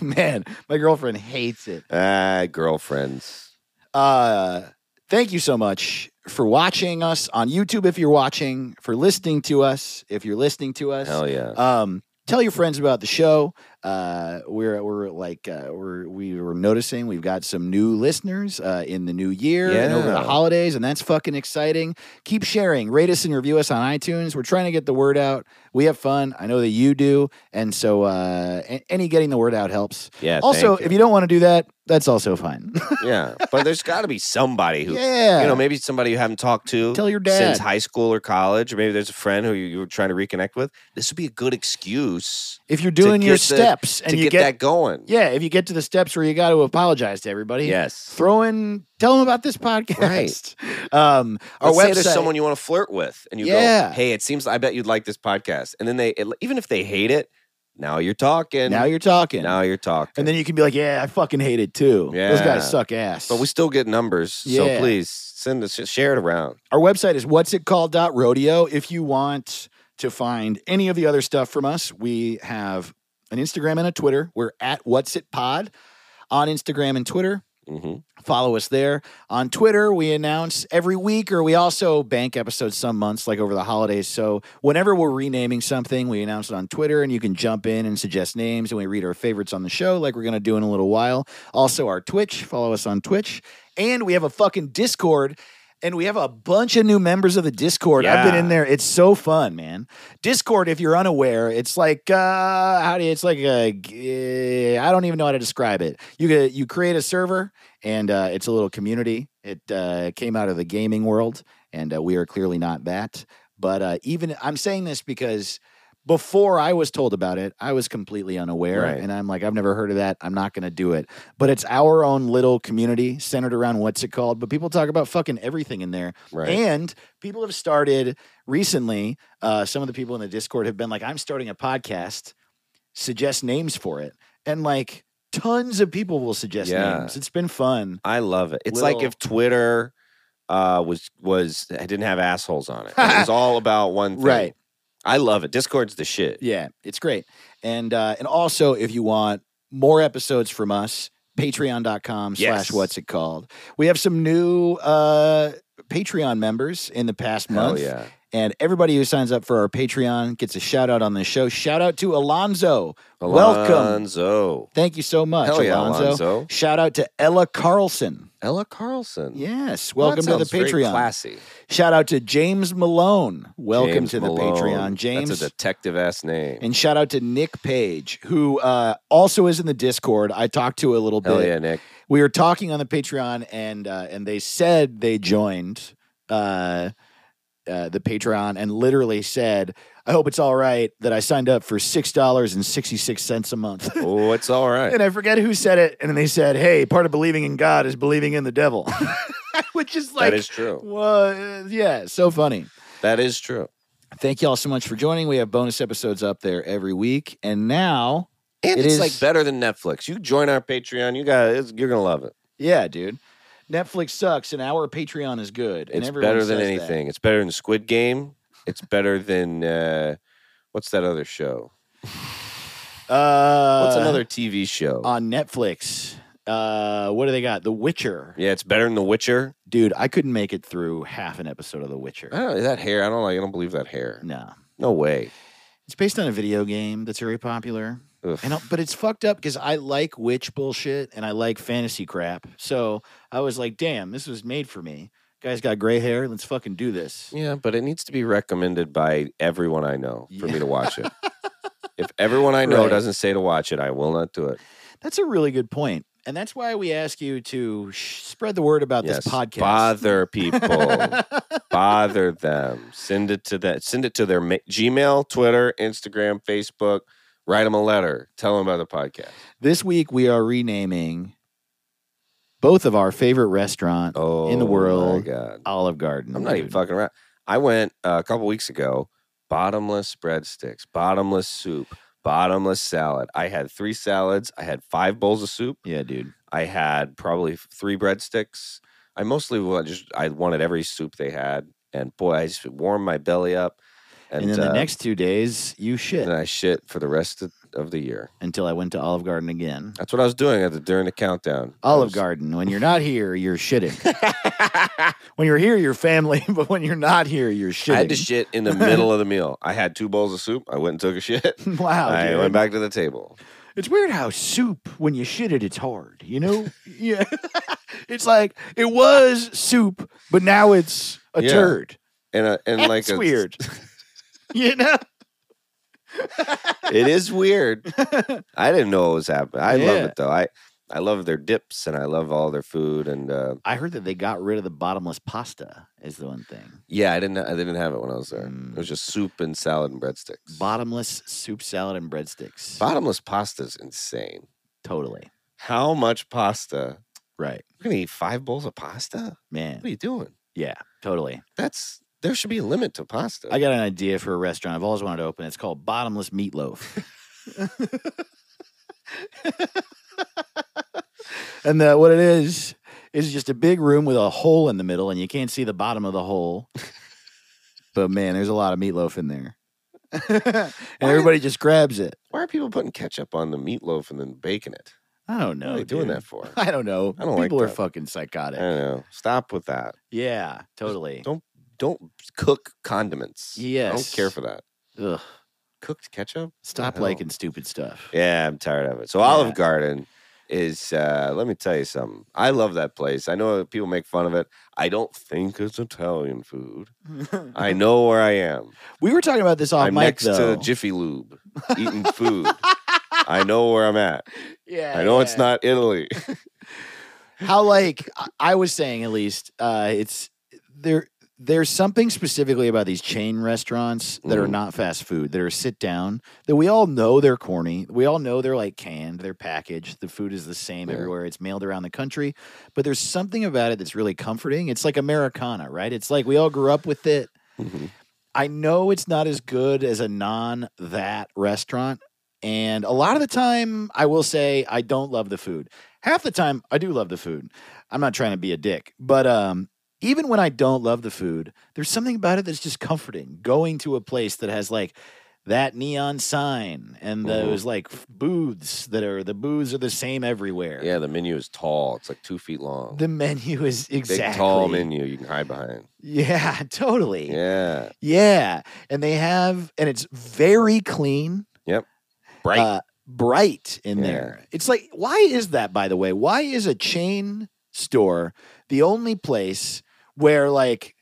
Man, my girlfriend hates it. Ah, girlfriends. Uh, thank you so much for watching us on YouTube if you're watching, for listening to us if you're listening to us. Hell yeah. Um, tell your friends about the show. Uh, we're we're like uh, we're we were noticing we've got some new listeners uh, in the new year and over the Yeah. holidays, and that's fucking exciting. Keep sharing, rate us and review us on iTunes. We're trying to get the word out. We have fun. I know that you do, and so uh, a- any getting the word out helps. yeah. also, thank if you don't want to do that, that's also fine. yeah, but there's got to be somebody who <laughs> <laughs> yeah, you know maybe somebody you haven't talked to Tell your dad. since high school or college, or maybe there's a friend who you, you were trying to reconnect with. This would be a good excuse if you're doing your get the- steps and to you get, get that going. yeah, if you get to the steps where you got to apologize to everybody, Yes. throw in tell them about this podcast <laughs> um our Let's say website there's someone you want to flirt with, and you Yeah. go, "Hey, it seems I bet you'd like this podcast." And then they, it, even if they hate it, now you're talking. now you're talking now you're talking. and then you can be like yeah i fucking hate it too those Yeah. guys suck ass but we still get numbers, so Yeah. please send us, share it around. our website is what's it called dot rodeo if you want to find any of the other stuff from us we have an instagram and a twitter we're at what's it pod on instagram and twitter hmm Follow us there. On Twitter, we announce every week, or we also bank episodes some months, like over the holidays. So whenever we're renaming something, we announce it on Twitter, and you can jump in and suggest names, and we read our favorites on the show, like we're going to do in a little while. Also, our Twitch, follow us on Twitch. And we have a fucking Discord. And we have a bunch of new members of the Discord. I've been Yeah. in there. It's so fun, man. Discord, if you're unaware, it's like uh, how do you, it's like a g- I don't even know how to describe it. You get you create a server, and uh, it's a little community. It uh, came out of the gaming world, and uh, we are clearly not that. But uh, even I'm saying this because before I was told about it, I was completely unaware, Right. and I'm like, I've never heard of that. I'm not going to do it. But it's our own little community centered around what's it called. But people talk about fucking everything in there, Right. and people have started recently. Uh, some of the people in the Discord have been like, I'm starting a podcast, suggest names for it. And like tons of people will suggest Yeah. names. It's been fun. I love it. It's like Little- if Twitter uh, was was I didn't have assholes on it. <laughs> It was all about one thing. Right. I love it. Discord's the shit. Yeah, it's great. And uh, and also if you want more episodes from us, patreon.com Yes. slash what's it called. We have some new uh Patreon members in the past Hell month. yeah. And everybody who signs up for our Patreon gets a shout out on the show. Shout out to Alonzo. Welcome. Alonzo. Thank you so much, Hell yeah, Alonzo. Alonzo. Shout out to Ella Carlson. Ella Carlson. Yes, Well, welcome that to the sounds very Patreon. Classy. Shout out to James Malone. Welcome James to the Malone. Patreon, James. That's a detective ass name. and shout out to Nick Page, who uh, also is in the Discord. I talked to a little Hell bit. yeah, Nick. We were talking on the Patreon, and uh, and they said they joined uh, uh, the Patreon, and literally said, "I hope it's all right that I signed up for six dollars and sixty six cents a month." <laughs> Oh, it's all right. And I forget who said it, and they said, "Hey, part of believing in God is believing in the devil," <laughs> which is like, that is true. Whoa, uh, yeah, so funny. That is true. Thank you all so much for joining. We have bonus episodes up there every week, and now, And It it's is- like better than Netflix. You join our Patreon, you got it's, you're gonna love it. yeah, dude, Netflix sucks, and our Patreon is good. and It's everyone better than says that. anything. It's better than Squid Game. It's better than uh, what's that other show? Uh, What's another TV show? on Netflix? Uh, what do they got? The Witcher, yeah, it's better than The Witcher. dude. I couldn't make it through half an episode of The Witcher. I don't, that hair, I don't like. I don't believe that hair. No, No way. it's based on a video game that's very popular. Ugh. And I- but it's fucked up because I like witch bullshit and I like fantasy crap. So I was like, damn, this was made for me. Guy's got gray hair. Let's fucking do this. Yeah, but it needs to be recommended by everyone I know for Yeah. me to watch it. if everyone <laughs> I know Right. doesn't say to watch it, I will not do it. That's a really good point. And that's why we ask you to sh- spread the word about yes, this podcast. bother people, <laughs> bother them. Send it to that. Send it to their ma- Gmail, Twitter, Instagram, Facebook. Write them a letter. Tell them about the podcast. This week we are renaming both of our favorite restaurant, Oh, the world. my God, Olive Garden. I'm not even dude. fucking around. I went uh, a couple weeks ago. Bottomless breadsticks, bottomless soup, bottomless salad. I had three salads. I had five bowls of soup. Yeah, dude. I had probably three breadsticks. I mostly wa- just I wanted every soup they had, and boy, I just warmed my belly up. And, And, then uh, the next two days you shit then I shit for the rest of, of the year. until I went to Olive Garden again. That's what I was doing at the, during the countdown. I Olive was- <laughs> Garden. When you're not here, you're shitting. when you're here, you're family, <laughs> but when you're not here, you're shitting. I had to shit in <laughs> the middle of the meal. I had two bowls of soup. I went and took a shit. wow, I Oh, dude. went back to the table. It's weird how soup, when you shit it, it's hard. You know? <laughs> yeah. it's like it was soup, but now it's a Yeah. turd. And, a, and That's like a, weird. <laughs> <laughs> you know? it is <laughs> weird. I didn't know what was happening. I love Yeah. it though. I I love their dips and I love all their food and uh, I heard that they got rid of the bottomless pasta. Is the one thing. yeah, I didn't I didn't have it when I was there. It Mm. was just soup and salad and breadsticks. Bottomless soup salad and breadsticks. Bottomless pasta's insane. totally How much pasta? right, We're gonna eat five bowls of pasta? man. What are you doing? Yeah, totally. That's there should be a limit to pasta. I got an idea for a restaurant I've always wanted to open. It's called Bottomless Meatloaf. <laughs> and the, what it is is just a big room with a hole in the middle, and you can't see the bottom of the hole. but man, there's a lot of meatloaf in there, <laughs> and Why- everybody just grabs it. Why are people putting ketchup on the meatloaf and then baking it? I don't know. What are they doing dude. that for? I don't know. I don't like People are that. fucking psychotic. I don't know. Stop with that. yeah, totally. Don't don't cook condiments. I don't Yes. care for that. Ugh. Cooked ketchup? Stop hell? liking stupid stuff. Yeah, I'm tired of it. So Yeah. Olive Garden is uh let me tell you something. I love that place. I know people make fun of it. I don't think it's Italian food. <laughs> I know where I am. we were talking about this off I'm mic next though. to Jiffy <laughs> Lube eating food. I know where I'm at. yeah, I know it's yeah. not Italy. <laughs> how like I- I was saying at least uh, it's there. There's something specifically about these chain restaurants that are Mhm. not fast food, that are sit down, that we all know they're corny. We all know they're like canned, they're packaged. The food is the same Yeah. everywhere. It's mailed around the country, but there's something about it that's really comforting. It's like Americana, right? It's like we all grew up with it. Mhm. I know it's not as good as a non that restaurant. And a lot of the time, I will say I don't love the food. Half the time, I do love the food. I'm not trying to be a dick, but um, even when I don't love the food, there's something about it that's just comforting. Going to a place that has like that neon sign and Mhm. those like f- booths that are the booths are the same everywhere. yeah, the menu is tall. It's like two feet long. The menu is exactly Big tall menu you can hide behind. <laughs> Yeah, totally. Yeah. Yeah, and they have, and it's very clean, Bright. uh, bright in there. It's like, why is that? By the way, why is a chain store the only place where like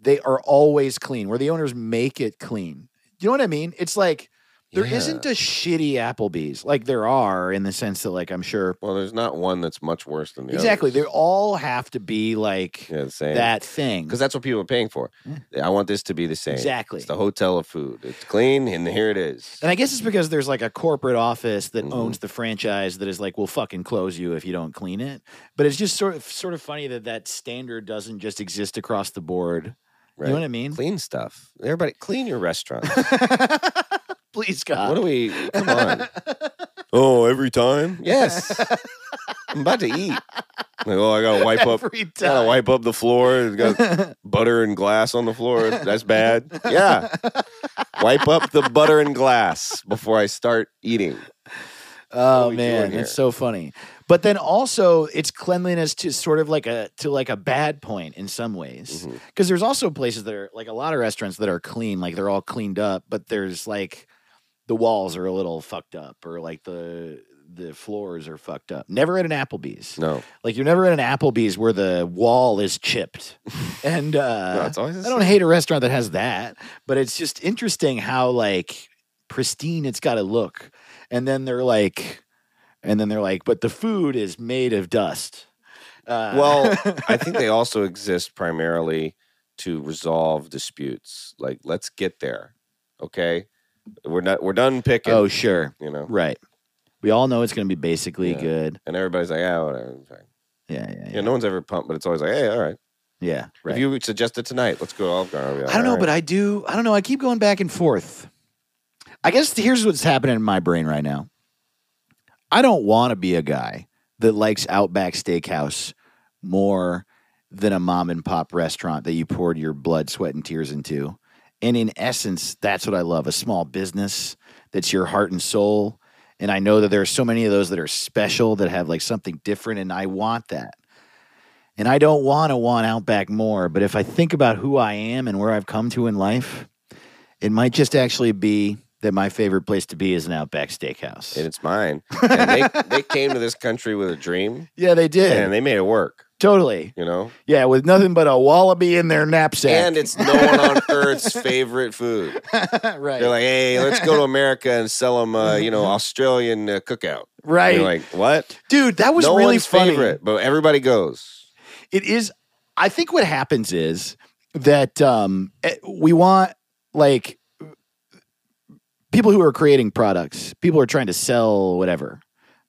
they are always clean, where the owners make it clean? You know what I mean? It's like there Yeah. not a shitty Applebee's, like there are in the sense that like I'm sure well, there's not one that's much worse than the exactly they others. all have to be like Yeah, the same. that Mm. thing because that's what people are paying for. I want this to be the same. exactly. It's the hotel of food. It's clean, and here it is. And I guess it's because there's like a corporate office that Mhm. owns the franchise that is like, we'll fucking close you if you don't clean it. But it's just sort of sort of funny that that standard doesn't just exist across the board. Right. You know what I mean? Uh, Clean stuff. Everybody, clean your restaurant. Please what God. do we? Come <laughs> on. oh, every time. Yes. I'm about to eat. Like, oh, I <laughs> gotta wipe up. Every Gotta time. wipe up the floor. It's <laughs> got butter and glass on the floor. That's bad. Yeah. Wipe up the butter and glass before I start eating. are Oh we doing man, here? it's so funny. But then also it's cleanliness to sort of like a to like a bad point in some ways. Mhm. Because there's also places that are like a lot of restaurants that are clean, like they're all cleaned up, but there's like the walls are a little fucked up or like the the floors are fucked up. Never at an Applebee's. No. Like you're never at an Applebee's where the wall <laughs> is chipped. and uh no it's always. the I don't same. hate a restaurant that has that, but it's just interesting how like pristine it's got to look. And then they're like, and then they're like, but the food is made of dust. Uh, <laughs> Well, I think they also exist primarily to resolve disputes. Like, let's get there. Okay. We're not we're done picking, oh sure, you know. right. We all know it's going to be basically Yeah. good. And everybody's like, yeah, whatever. it's fine." Yeah, yeah, Yeah, yeah. no one's ever pumped, but it's always like, hey, all right. Yeah, right. If you suggest it tonight, let's go to Olive Garden. I'll be like, I don't know, "All but right." I do. I don't know. I keep going back and forth. I guess here's what's happening in my brain right now. I don't want to be a guy that likes Outback Steakhouse more than a mom and pop restaurant that you poured your blood, sweat, and tears into. And in essence, that's what I love a small business that's your heart and soul. And I know that there are so many of those that are special that have like something different, and I want that. And I don't want to want Outback more, but if I think about who I am and where I've come to in life, it might just actually be that my favorite place to be is an Outback Steakhouse. and it's <laughs> mine. And they, they came to this country with a dream yeah, they did. and they made it work, totally. you know? Yeah, with nothing but a wallaby in their knapsack. And it's no one on earth's favorite food. <laughs> right. They're like, hey, let's go to America and sell them, uh, you <laughs> know, Australian uh, cookout. And right. you're like, what? Dude, that was no really one's funny. favorite, but everybody goes. It is I think what happens is that um eh, we want like people who are creating products, people who are trying to sell whatever.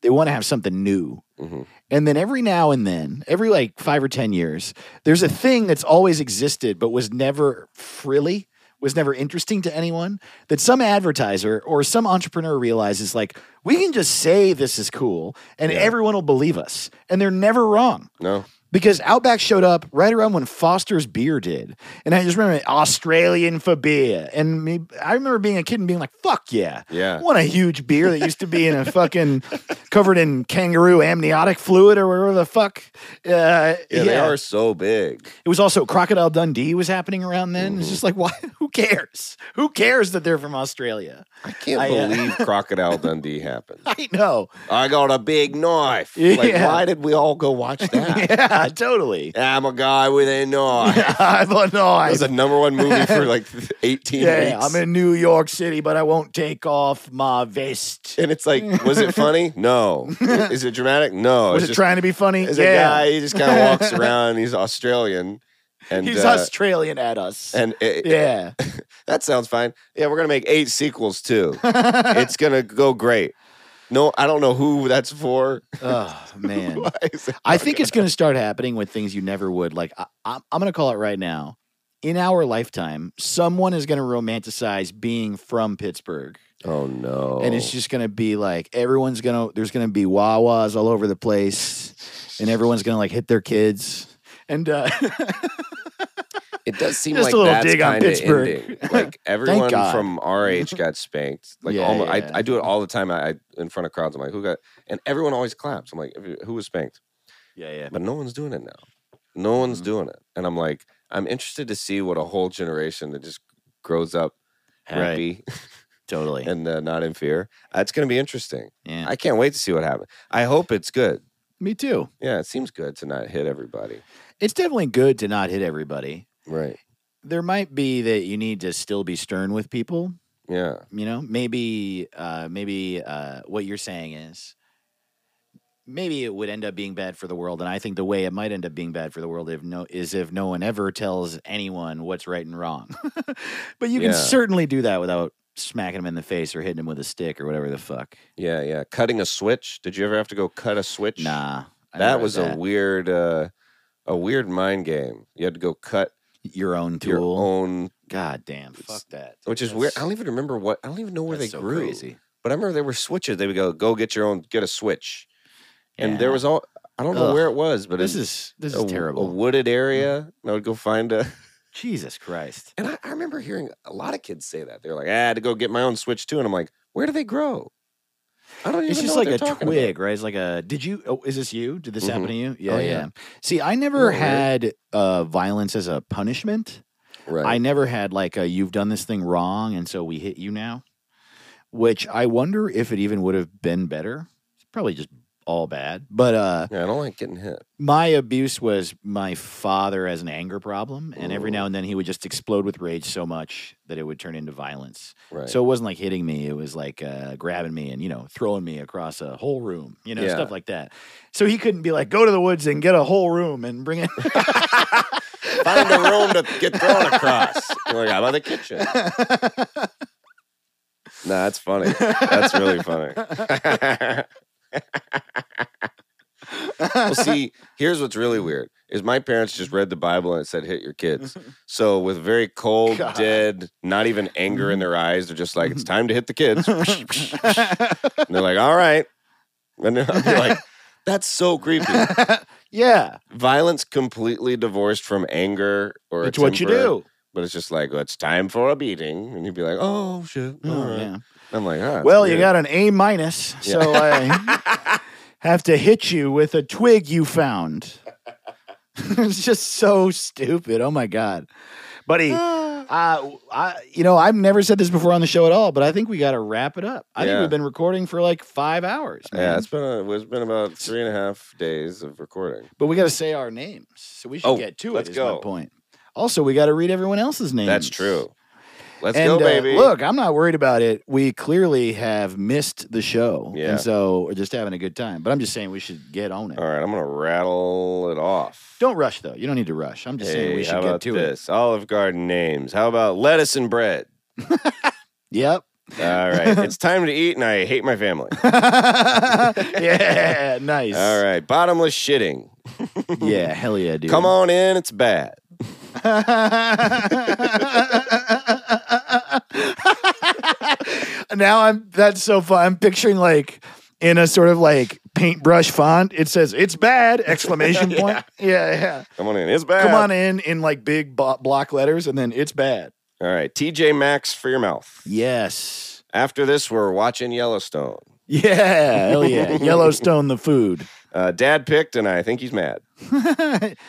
They want to have something new. Mhm. And then every now and then, every like five or 10 years, there's a thing that's always existed but was never frilly, was never interesting to anyone that some advertiser or some entrepreneur realizes, like, we can just say this is cool and Yeah. everyone will believe us. And they're never wrong. No, because Outback showed up right around when Foster's beer did, and I just remember Australian for beer, and me, I remember being a kid and being like, "Fuck yeah." Yeah. What a huge beer that used to be in a fucking covered in kangaroo amniotic fluid or whatever the fuck. Uh, yeah, Yeah, they are so big. It was also Crocodile Dundee was happening around then. Mm-hmm. It's just like, why? <laughs> Who cares? Who cares that they're from Australia? I can't I, uh, believe Crocodile Dundee happened. <laughs> I know. I got a big <laughs> knife. Like, Yeah. why did we all go watch <laughs> that? Yeah, totally. <laughs> I'm a guy with a <laughs> knife. I don't know. It I, was a number one movie for like 18 yeah, weeks. I'm in New York City, but I won't take off my vest. and it's like, was it funny? <laughs> No. Is it dramatic? No. it's Was it just, trying to be funny? There's a yeah, guy, he just kind of <laughs> walks around. He's Australian. And, he's uh, Australian at us. And it, <laughs> yeah, that sounds fine. Yeah, we're going to make eight sequels <laughs> too. it's going to go great. No, I don't know who that's for. <laughs> oh man. Why is it- I think it's going to start happening with things you never would. Like I, I, I'm going to call it right now. In our lifetime, someone is going to romanticize being from Pittsburgh, <laughs> Oh, no. and it's just going to be like everyone's going to. There's going to be Wawas all over the place, and everyone's going to like hit their kids. And uh, <laughs> It does seem Just like a little that's dig on kinda Pittsburgh. <laughs> ending. Like everyone God. from our <laughs> age got spanked. Like Yeah, almost, yeah. I, I do it all the time. I, I in front of crowds. I'm like, who got? And everyone always claps. I'm like, who was spanked? yeah, yeah, But no one's doing it now. No one's Mhm. doing it. And I'm like, I'm interested to see what a whole generation that just grows up Right. happy totally. and uh, not in fear. That's going to be interesting. yeah, I can't wait to see what happens. I hope it's good. me too. Yeah, it seems good to not hit everybody. It's definitely good to not hit everybody. Right. There might be that you need to still be stern with people. Yeah. you know maybe uh maybe uh what you're saying is maybe it would end up being bad for the world and i think the way it might end up being bad for the world if no is if no one ever tells anyone what's right and wrong <laughs> but you Yeah. can certainly do that without smacking him in the face or hitting him with a stick or whatever the fuck Yeah. Yeah. Cutting a switch. Did you ever have to go cut a switch? nah I never that had was a weird uh a weird mind game you had to go cut your own your tool own god damn fuck that which is That's- weird i don't even remember what i don't even know where they that's so grew crazy but i remember there were switches they would go go get your own get a switch and there Yeah. was all i don't know Ugh. where it was but this it, is this a, is a terrible Mm. wooded area and i would go find a jesus christ and I, I remember hearing a lot of kids say that they're like i had to go get my own switch too and i'm like where do they grow i don't even It's just know what like a they're talking about. twig, right? It's like a. Did you? Oh, is this you? Did this happen Mhm. to you? Yeah, Oh, yeah. yeah. See, I never Weird. had uh, violence as a punishment. I right never had like a you've done this thing wrong, and so we hit you now. Which I wonder if it even would have been better. It's probably just all bad. But uh, yeah i don't like getting hit my abuse was my father as an anger problem, and every now and then he would just explode with rage so much that it would turn into violence. right So it wasn't like hitting me; it was like uh, grabbing me and you know throwing me across a whole room, you know, Yeah. stuff like that. So he couldn't be like, "Go to the woods and get a whole room and <laughs> bring it." <laughs> Find a room to get thrown across. You're like, how about the kitchen? nah, that's funny. That's really funny. well, see, here's what's really weird is my parents just read the Bible and it said hit your kids. So with very cold, God. dead, not even anger in their eyes, they're just like, it's time to hit the kids. and they're like, all right. And then I'll be like, that's so creepy. yeah, Violence completely divorced from anger or it's what you temper. do. But it's just like, well, it's time for a beating. And you'd be like, oh, shit. Oh, all right. yeah. I'm like, ah, Well, you weird. got an A minus, so I <laughs> have to hit you with a twig you found. <laughs> it's just so stupid. Oh my god, <sighs> buddy. Uh, I, you know, I've never said this before on the show at all, but I think we got to wrap it up. I think Yeah. we've been recording for like five hours, man. Yeah, it's been, a, it's been about three and a half days of recording. But we got to say our names, so we should Oh, get to let's it. Is go. my point. Also, we got to read everyone else's names. That's true. Let's and, go, uh, baby. look, I'm not worried about it. We clearly have missed the show, Yeah. and so we're just having a good time. But I'm just saying we should get on it. All right, I'm going to rattle it off. Don't rush though. You don't need to rush. I'm just saying Hey, we should how get about to it. this? Olive Garden names. How about lettuce and bread? Yep. All <laughs> right, it's time to eat, and I hate my family. yeah. Nice. All right, bottomless shitting. Yeah. Hell yeah, dude. Come on in, it's bad. <laughs> now I'm that's so fun. I'm picturing like in a sort of like paintbrush font. It says "It's bad!" exclamation point. Yeah, yeah. Come on in. It's bad. Come on in in like big bo- block letters, and then "It's bad." All right. TJ Maxx for your mouth. Yes. After this, we're watching Yellowstone. Yeah, hell yeah. Yellowstone the food. Uh, Dad picked, and I think he's mad.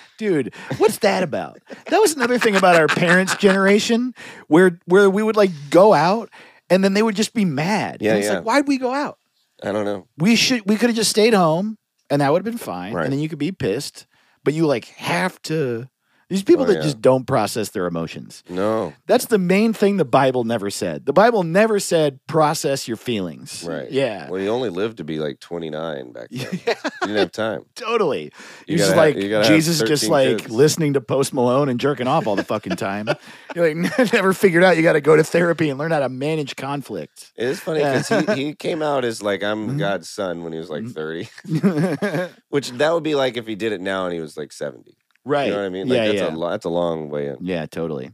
<laughs> Dude, What's that about? That was another thing about our parents' generation where where we would like go out and then they would just be mad. Yeah, and it's yeah. like, why'd we go out? I don't know. We should we could have just stayed home and that would have been fine. Right. And then you could be pissed, but you like have to these people Oh, that yeah. just don't process their emotions. No. That's the main thing the Bible never said. The Bible never said process your feelings. Right. Yeah. Well, you only lived to be like 29 back then. you yeah. didn't have time. Totally. You He's just gotta have- like you gotta have Jesus, is just 13 like kids. listening to Post Malone and jerking off all the fucking time. <laughs> You're like never figured out. You got to go to therapy and learn how to manage conflict. <laughs> It is funny because he, he came out as like, I'm God's son when he was like 30, right. <laughs> which that would be like if he did it now and he was like 70. You know what I mean? Like, Yeah, that's, yeah. A, lo- that's a long way in. yeah, totally.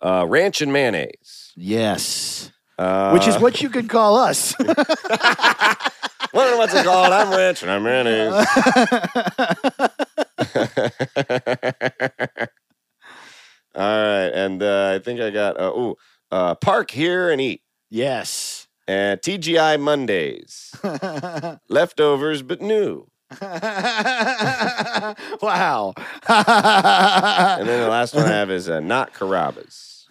Uh, ranch and mayonnaise. Yes. Uh, Which is what you could call <laughs> us. <laughs> Wondering what's it called? I'm ranch and I'm mayonnaise. <laughs> All right. And uh, I think I got, uh, ooh, uh, park here and eat. <laughs> Yes. And TGI Mondays. Leftovers, but new. <laughs> wow. And then the last one I have is uh, not Carrabba's.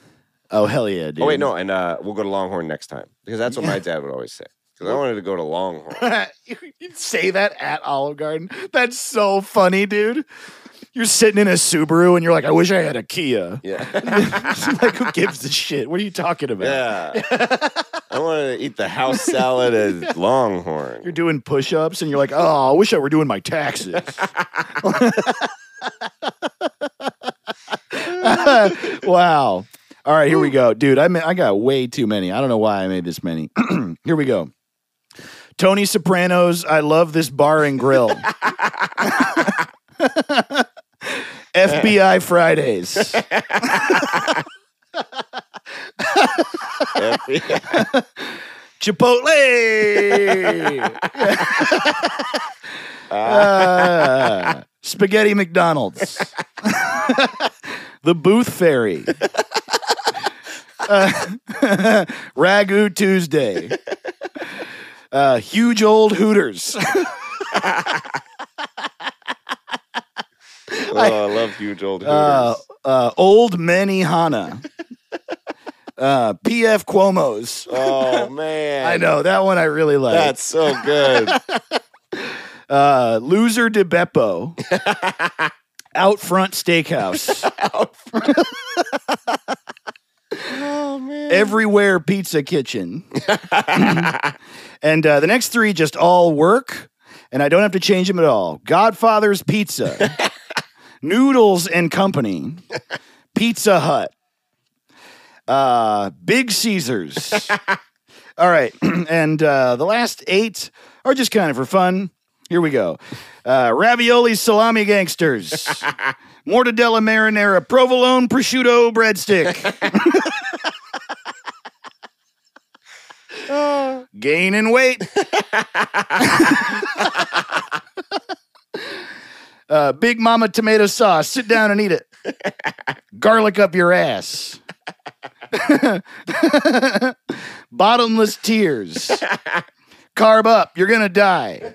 oh hell yeah, dude. Oh wait, no, and uh, we'll go to Longhorn next time because that's what my dad would always say. Because I wanted to go to Longhorn. <laughs> you you'd say that at Olive Garden. That's so funny, dude. You're sitting in a Subaru and you're like, I wish I had a Kia. <laughs> Yeah, like, who gives a shit? What are you talking about? yeah. I wanted to eat the house salad at You're Longhorn. doing push ups and you're like, oh, I wish I were doing my taxes. <laughs> wow. All right, here we go. Dude, I ma- I got way too many. I don't know why I made this many. <clears throat> here we go. Tony Soprano's I Love This Bar and <laughs> Grill. FBI Fridays. Chipotle. Uh, Spaghetti McDonald's. the Booth Fairy. Uh, <laughs> Ragu Tuesday. Uh, huge old Hooters. oh, I love huge old Hooters. <laughs> uh, uh, old Manny Hana, uh, PF Cuomo's. <laughs> oh man, I know that one I really like. That's so <laughs> good. uh, Loser de Beppo, Out Front Steakhouse, oh man. Everywhere Pizza Kitchen, and uh, the next three just all work, and I don't have to change them at all. Godfather's Pizza, Noodles and Company, Pizza Hut, uh, Big Caesars. All right. <clears throat> and uh, the last eight are just kind of for fun. Here we go uh, Ravioli Salami Gangsters, Mortadella Marinara, Provolone Prosciutto <laughs> Breadstick. Gain and <laughs> weight. uh, Big Mama tomato sauce. Sit down and eat it. Garlic up your ass. <laughs> Bottomless tears. Carb up. You're going to die.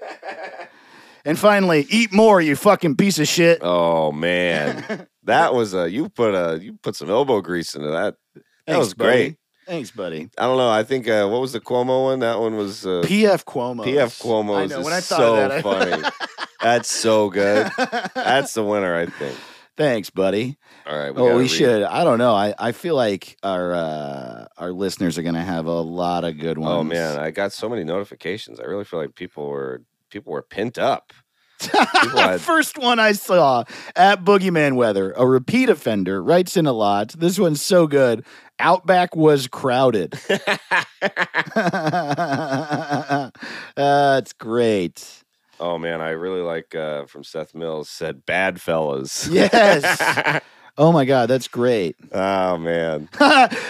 And finally, eat more, you fucking piece of shit. Oh <laughs> man, that was a you put a you put some elbow grease into that. That was great. Thanks, buddy. I don't know. I think uh, what was the Cuomo one? That one was uh, PF Cuomo. PF Cuomo. I is know. When I thought so of that, I- funny. <laughs> That's so good. That's the winner, I think. Thanks, buddy. All right. We Oh, gotta we read. should. I don't know. I, I feel like our uh, our listeners are gonna have a lot of good ones. <laughs> Oh man, I got so many notifications. I really feel like people were people were pent up. <laughs> People had- First one I saw at Boogeyman Weather, a repeat offender, writes in a lot. This one's so good. Outback was crowded. <laughs> <laughs> That's great. oh man, I really like uh, from Seth Mills said bad fellas. Yes. <laughs> Oh my God, that's great. oh man.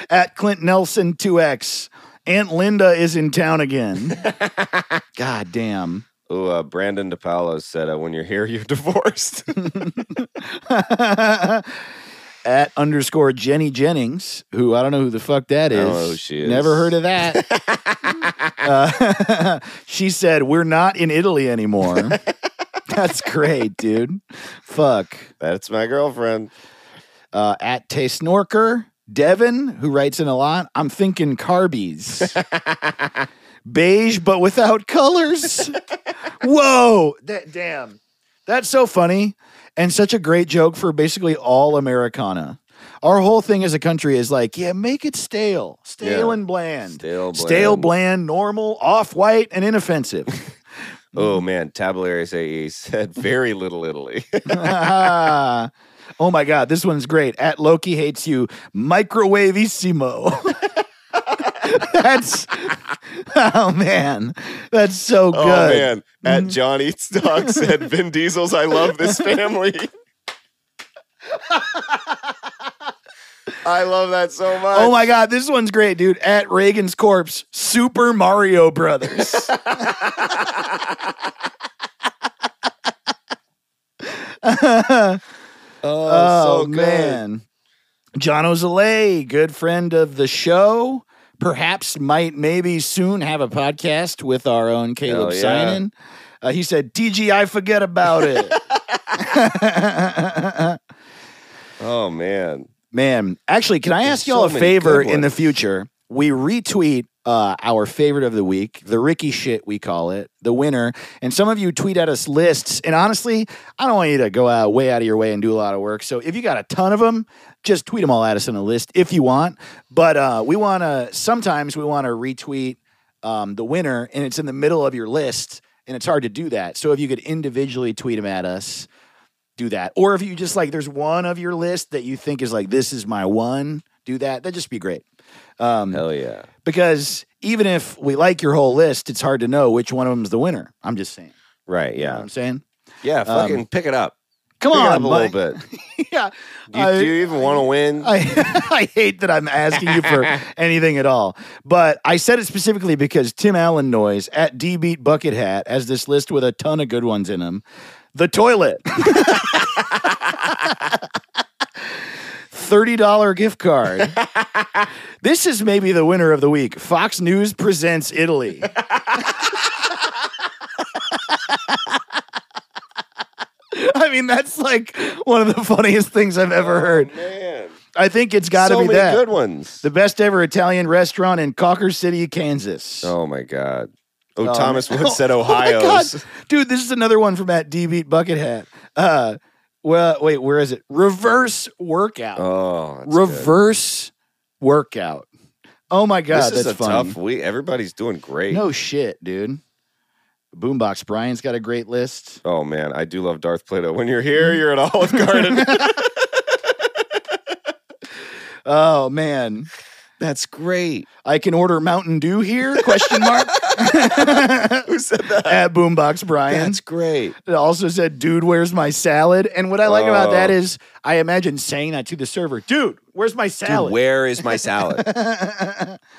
at Clint Nelson 2X. Aunt Linda is in <laughs> town again. God damn. <laughs> Ooh, uh, Brandon DePaulo said, uh, "When you're here, you're <laughs> <laughs> divorced." At underscore Jenny Jennings, who I don't know who the fuck that I is. don't know who Oh, she is. Never heard of <laughs> that. Uh, <laughs> she said, We're not in Italy anymore. <laughs> That's great, dude. Fuck. That's my girlfriend. uh, at Tay Snorker, Devin, who writes in a lot. I'm thinking <laughs> Carbies. Beige, but without colors. Whoa. <laughs> That, damn. That's so funny and such a great joke for basically all Americana. Our whole thing as a country is like, yeah, make it stale, stale Yeah. and bland. Stale, bland. Stale, bland, normal, off white, and ininoffensive. Oh Mm-hmm. man, Tabularius AE said very little Italy. <laughs> Ah. oh my god, this one's great. At Loki hates you, microwaveissimo. that's oh man, that's so good. oh man, Mm-hmm. at Johnny Stock said <laughs> Vin Diesel's "I love this family." I love that so much. Oh my god, this one's great, dude. At Reagan's corpse, Super <laughs> Mario Brothers. Oh, Oh, so good. man. John O'Zalay, good friend of the show, perhaps might maybe soon have a podcast with our own Caleb Hell yeah. Simon. Uh, he said, TGI, forget about it. Oh man. man, actually, can I ask There's y'all so a many favor good in the ones. future? We retweet uh, our favorite of the week, the Ricky shit, we call it, the winner. And some of you tweet at us lists. And honestly, I don't want you to go out way out of your way and do a lot of work. So if you got a ton of them, just tweet them all at us in a list if you want. But uh, we want to sometimes we want to retweet um, the winner, and it's in the middle of your list, and it's hard to do that. So if you could individually tweet them at us, do that. Or if you just like, there's one of your list that you think is like, this is my one, do that. That'd just be great. Um, Hell yeah. because even if we like your whole list, it's hard to know which one of them is the winner. I'm just saying. Right, You know what yeah. I'm saying. Um, Yeah, fucking pick it up. Come pick it on, up a Mike. little bit. <laughs> yeah. Do you, I- do you even want to win? I, <laughs> I hate that I'm asking you for anything at all. But I said it specifically because Tim Allen Noise at D Beat Bucket Hat has this list with a ton of good ones in them. The toilet. <laughs> $30 gift card. this is maybe the winner of the week. Fox News presents Italy. I mean, that's like one of the funniest things I've ever heard. Oh, Man, I think it's got to so be many that. good ones. The best ever Italian restaurant in Cocker City, Kansas. oh my god. Oh, Um, Thomas <laughs> Wood said oh my God. Ohio's. Dude, this is another one from at D Beat Bucket Hat. Uh, well, wait, where is it? Reverse workout. Oh, that's good. Reverse workout. Oh my God, This is that's a funny. tough week. Everybody's doing great. No shit, dude. Boombox Brian's got a great list. Oh man, I do love Darth Plato. When you're here, Mm-hmm. you're at <laughs> Olive Garden. Oh man, that's great. I can order Mountain Dew here? Question mark <laughs> Who said that? at Boombox Brian. That's great. It also said, dude, where's my salad? And what I like about Oh. that is I imagine saying that to the server, dude, where's my salad? Dude, <laughs> where is my salad?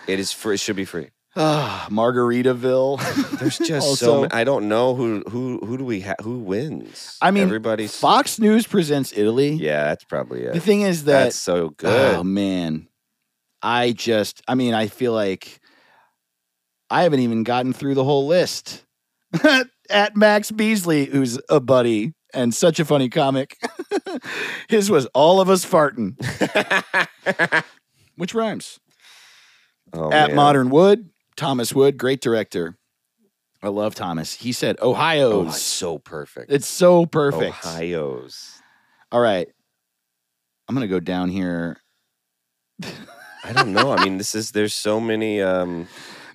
it is free. It should be free. Ah, Margaritaville. There's just Also- so. Many. I don't know who who who do we ha- who wins. I mean, everybody's. Fox News presents Italy. yeah, that's probably it. The thing is that that's so good. Oh man. I just I mean, I feel like I haven't even gotten through the whole list. <laughs> At Max Beasley, who's a buddy and such a funny comic. <laughs> His was all of us <laughs> farting. Which rhymes. Oh, At man. Modern Wood, Thomas Wood, great director. I love Thomas. He said Oh, Ohio's. so perfect. It's so perfect. Ohio's. All right. I'm going to go down here. I don't know. I mean, this is there's so many. Um,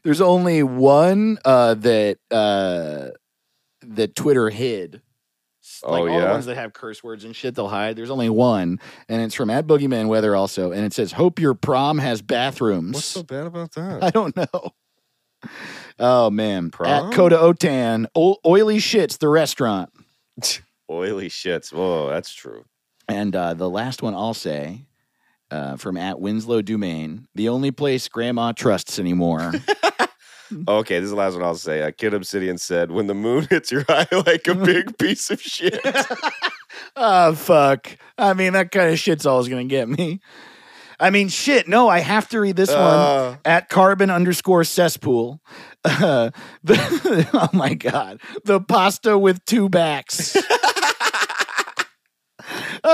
There's only one uh, that uh, that Twitter hid. S- Oh, all the yeah? ones that have curse words and shit they'll hide. There's only one, and it's from at Boogeyman Weather also, and it says, "Hope your prom has bathrooms." what's so bad about <laughs> I <laughs> that? don't know. Oh man, Prom? at Coda Otan, o- oily shits the restaurant, Oily shits. Whoa, that's true. and uh, the last one I'll say uh, from at Winslow Dumain. The only place Grandma trusts anymore. Okay, this is the last one I'll say. Uh, Kid Obsidian said, "When the moon <laughs> hits your eye like <laughs> a big piece of shit." Oh, fuck. I mean, that kind of shit's always going to get me. I mean, shit. No, I have to read this one Uh, at carbon underscore cesspool. <laughs> Uh, the, <laughs> oh my God. The pasta with two backs. <laughs>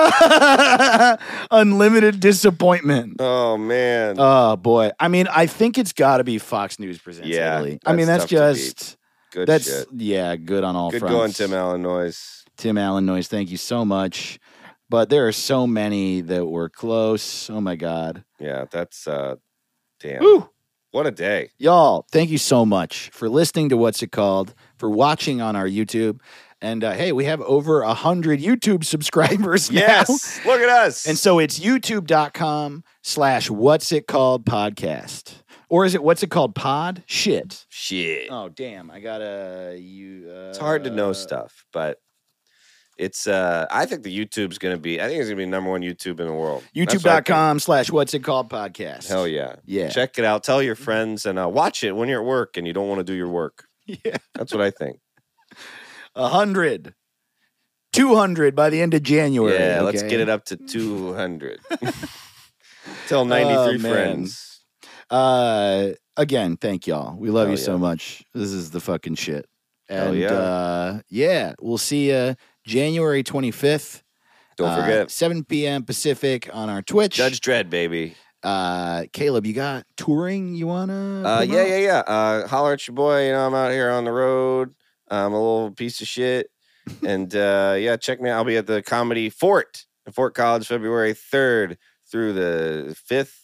Unlimited disappointment. oh man. Uh, Oh boy. I mean, I think it's got to be Fox News presents Yeah, Italy. I mean, that's that's tough to just Good That's shit. yeah, good on all Good fronts. going, Tim Allen Noise. Tim Allen Noise, thank you so much. But there are so many that were close. Oh my God. Yeah, that's uh damn. Woo! What a <laughs> day. Y'all, thank you so much for listening to What's It Called, for watching on our YouTube. And uh, hey, we have over a 100 YouTube <laughs> subscribers now. Yes. Look at us. And so it's youtube.com slash What's It Called podcast. Or is it What's It Called pod? Shit. shit. Oh, damn. I gotta. You, uh, It's hard to know stuff, but it's uh I think the YouTube's gonna be I think it's gonna be number one YouTube in the world. That's what I think. YouTube.com slash What's It Called podcast. Hell yeah. Yeah. Check it out. Tell your friends and uh, watch it when you're at work and you don't want to do your work. <laughs> Yeah. That's what I <laughs> think. 100. 200 by the end of January. yeah, let's okay? get it up to <laughs> 200. Tell 93 Oh, man. friends. Uh, again, thank y'all. We love Hell you so yeah. much. This is the fucking shit. Hell And yeah. uh, yeah, we'll see you January 25th. Don't uh, forget 7 p.m. Pacific on our Twitch. Judge Dredd, baby. Uh, Caleb, you got touring you want to? Uh, yeah, yeah, yeah. Uh, holler at your boy. You know, I'm out here on the road. I'm a little piece of <laughs> shit. and uh, yeah, check me out. I'll be at the Comedy Fort in Fort College February 3rd through the 5th.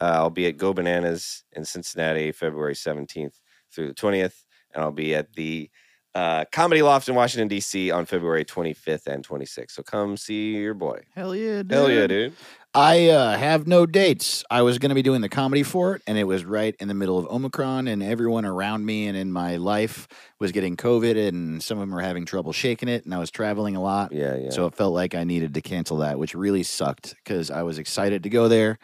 Uh, I'll be at Go Bananas in Cincinnati February 17th through the 20th. And I'll be at the uh, Comedy Loft in Washington, D.C. on February 25th and 26th. So come see your boy. Hell yeah, dude. Hell yeah, dude. I uh, have no dates. I was going to be doing the comedy for it, and it was right in the middle of Omicron, and everyone around me and in my life was getting COVID, and some of them were having trouble shaking it, and I was traveling a lot. Yeah, yeah. So it felt like I needed to cancel that, which really sucked because I was excited to go there.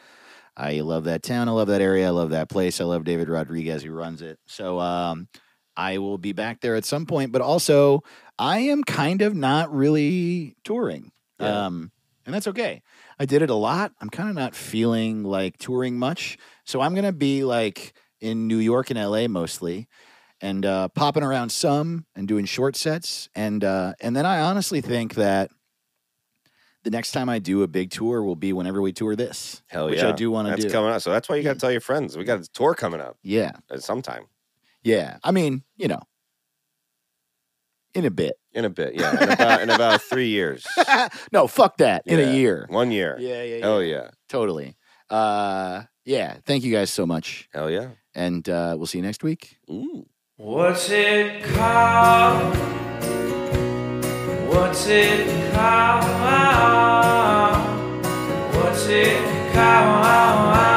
I love that town. I love that area. I love that place. I love David Rodriguez who runs it. So um, I will be back there at some point. But also, I am kind of not really touring. Yeah. Um, and that's okay. I did it a lot. I'm kind of not feeling like touring much. So I'm going to be like in New York and LA mostly and uh, popping around some and doing short sets and uh, and then I honestly think that the next time I do a big tour will be whenever we tour this, Hell which Oh, yeah. I do want to That's do. Mm-hmm. coming up. So that's why you got to tell your friends. We got a tour coming up Yeah, at sometime. yeah. I mean, you know, in a bit. In a bit, yeah. In about, in about three years. <laughs> no, fuck that. In Yeah. a year. One year. Yeah, yeah, Hell yeah. Totally. Uh, yeah. Thank you guys so much, Hell yeah. and uh, we'll see you next week. Ooh. What's it called? What's it called? What's it called?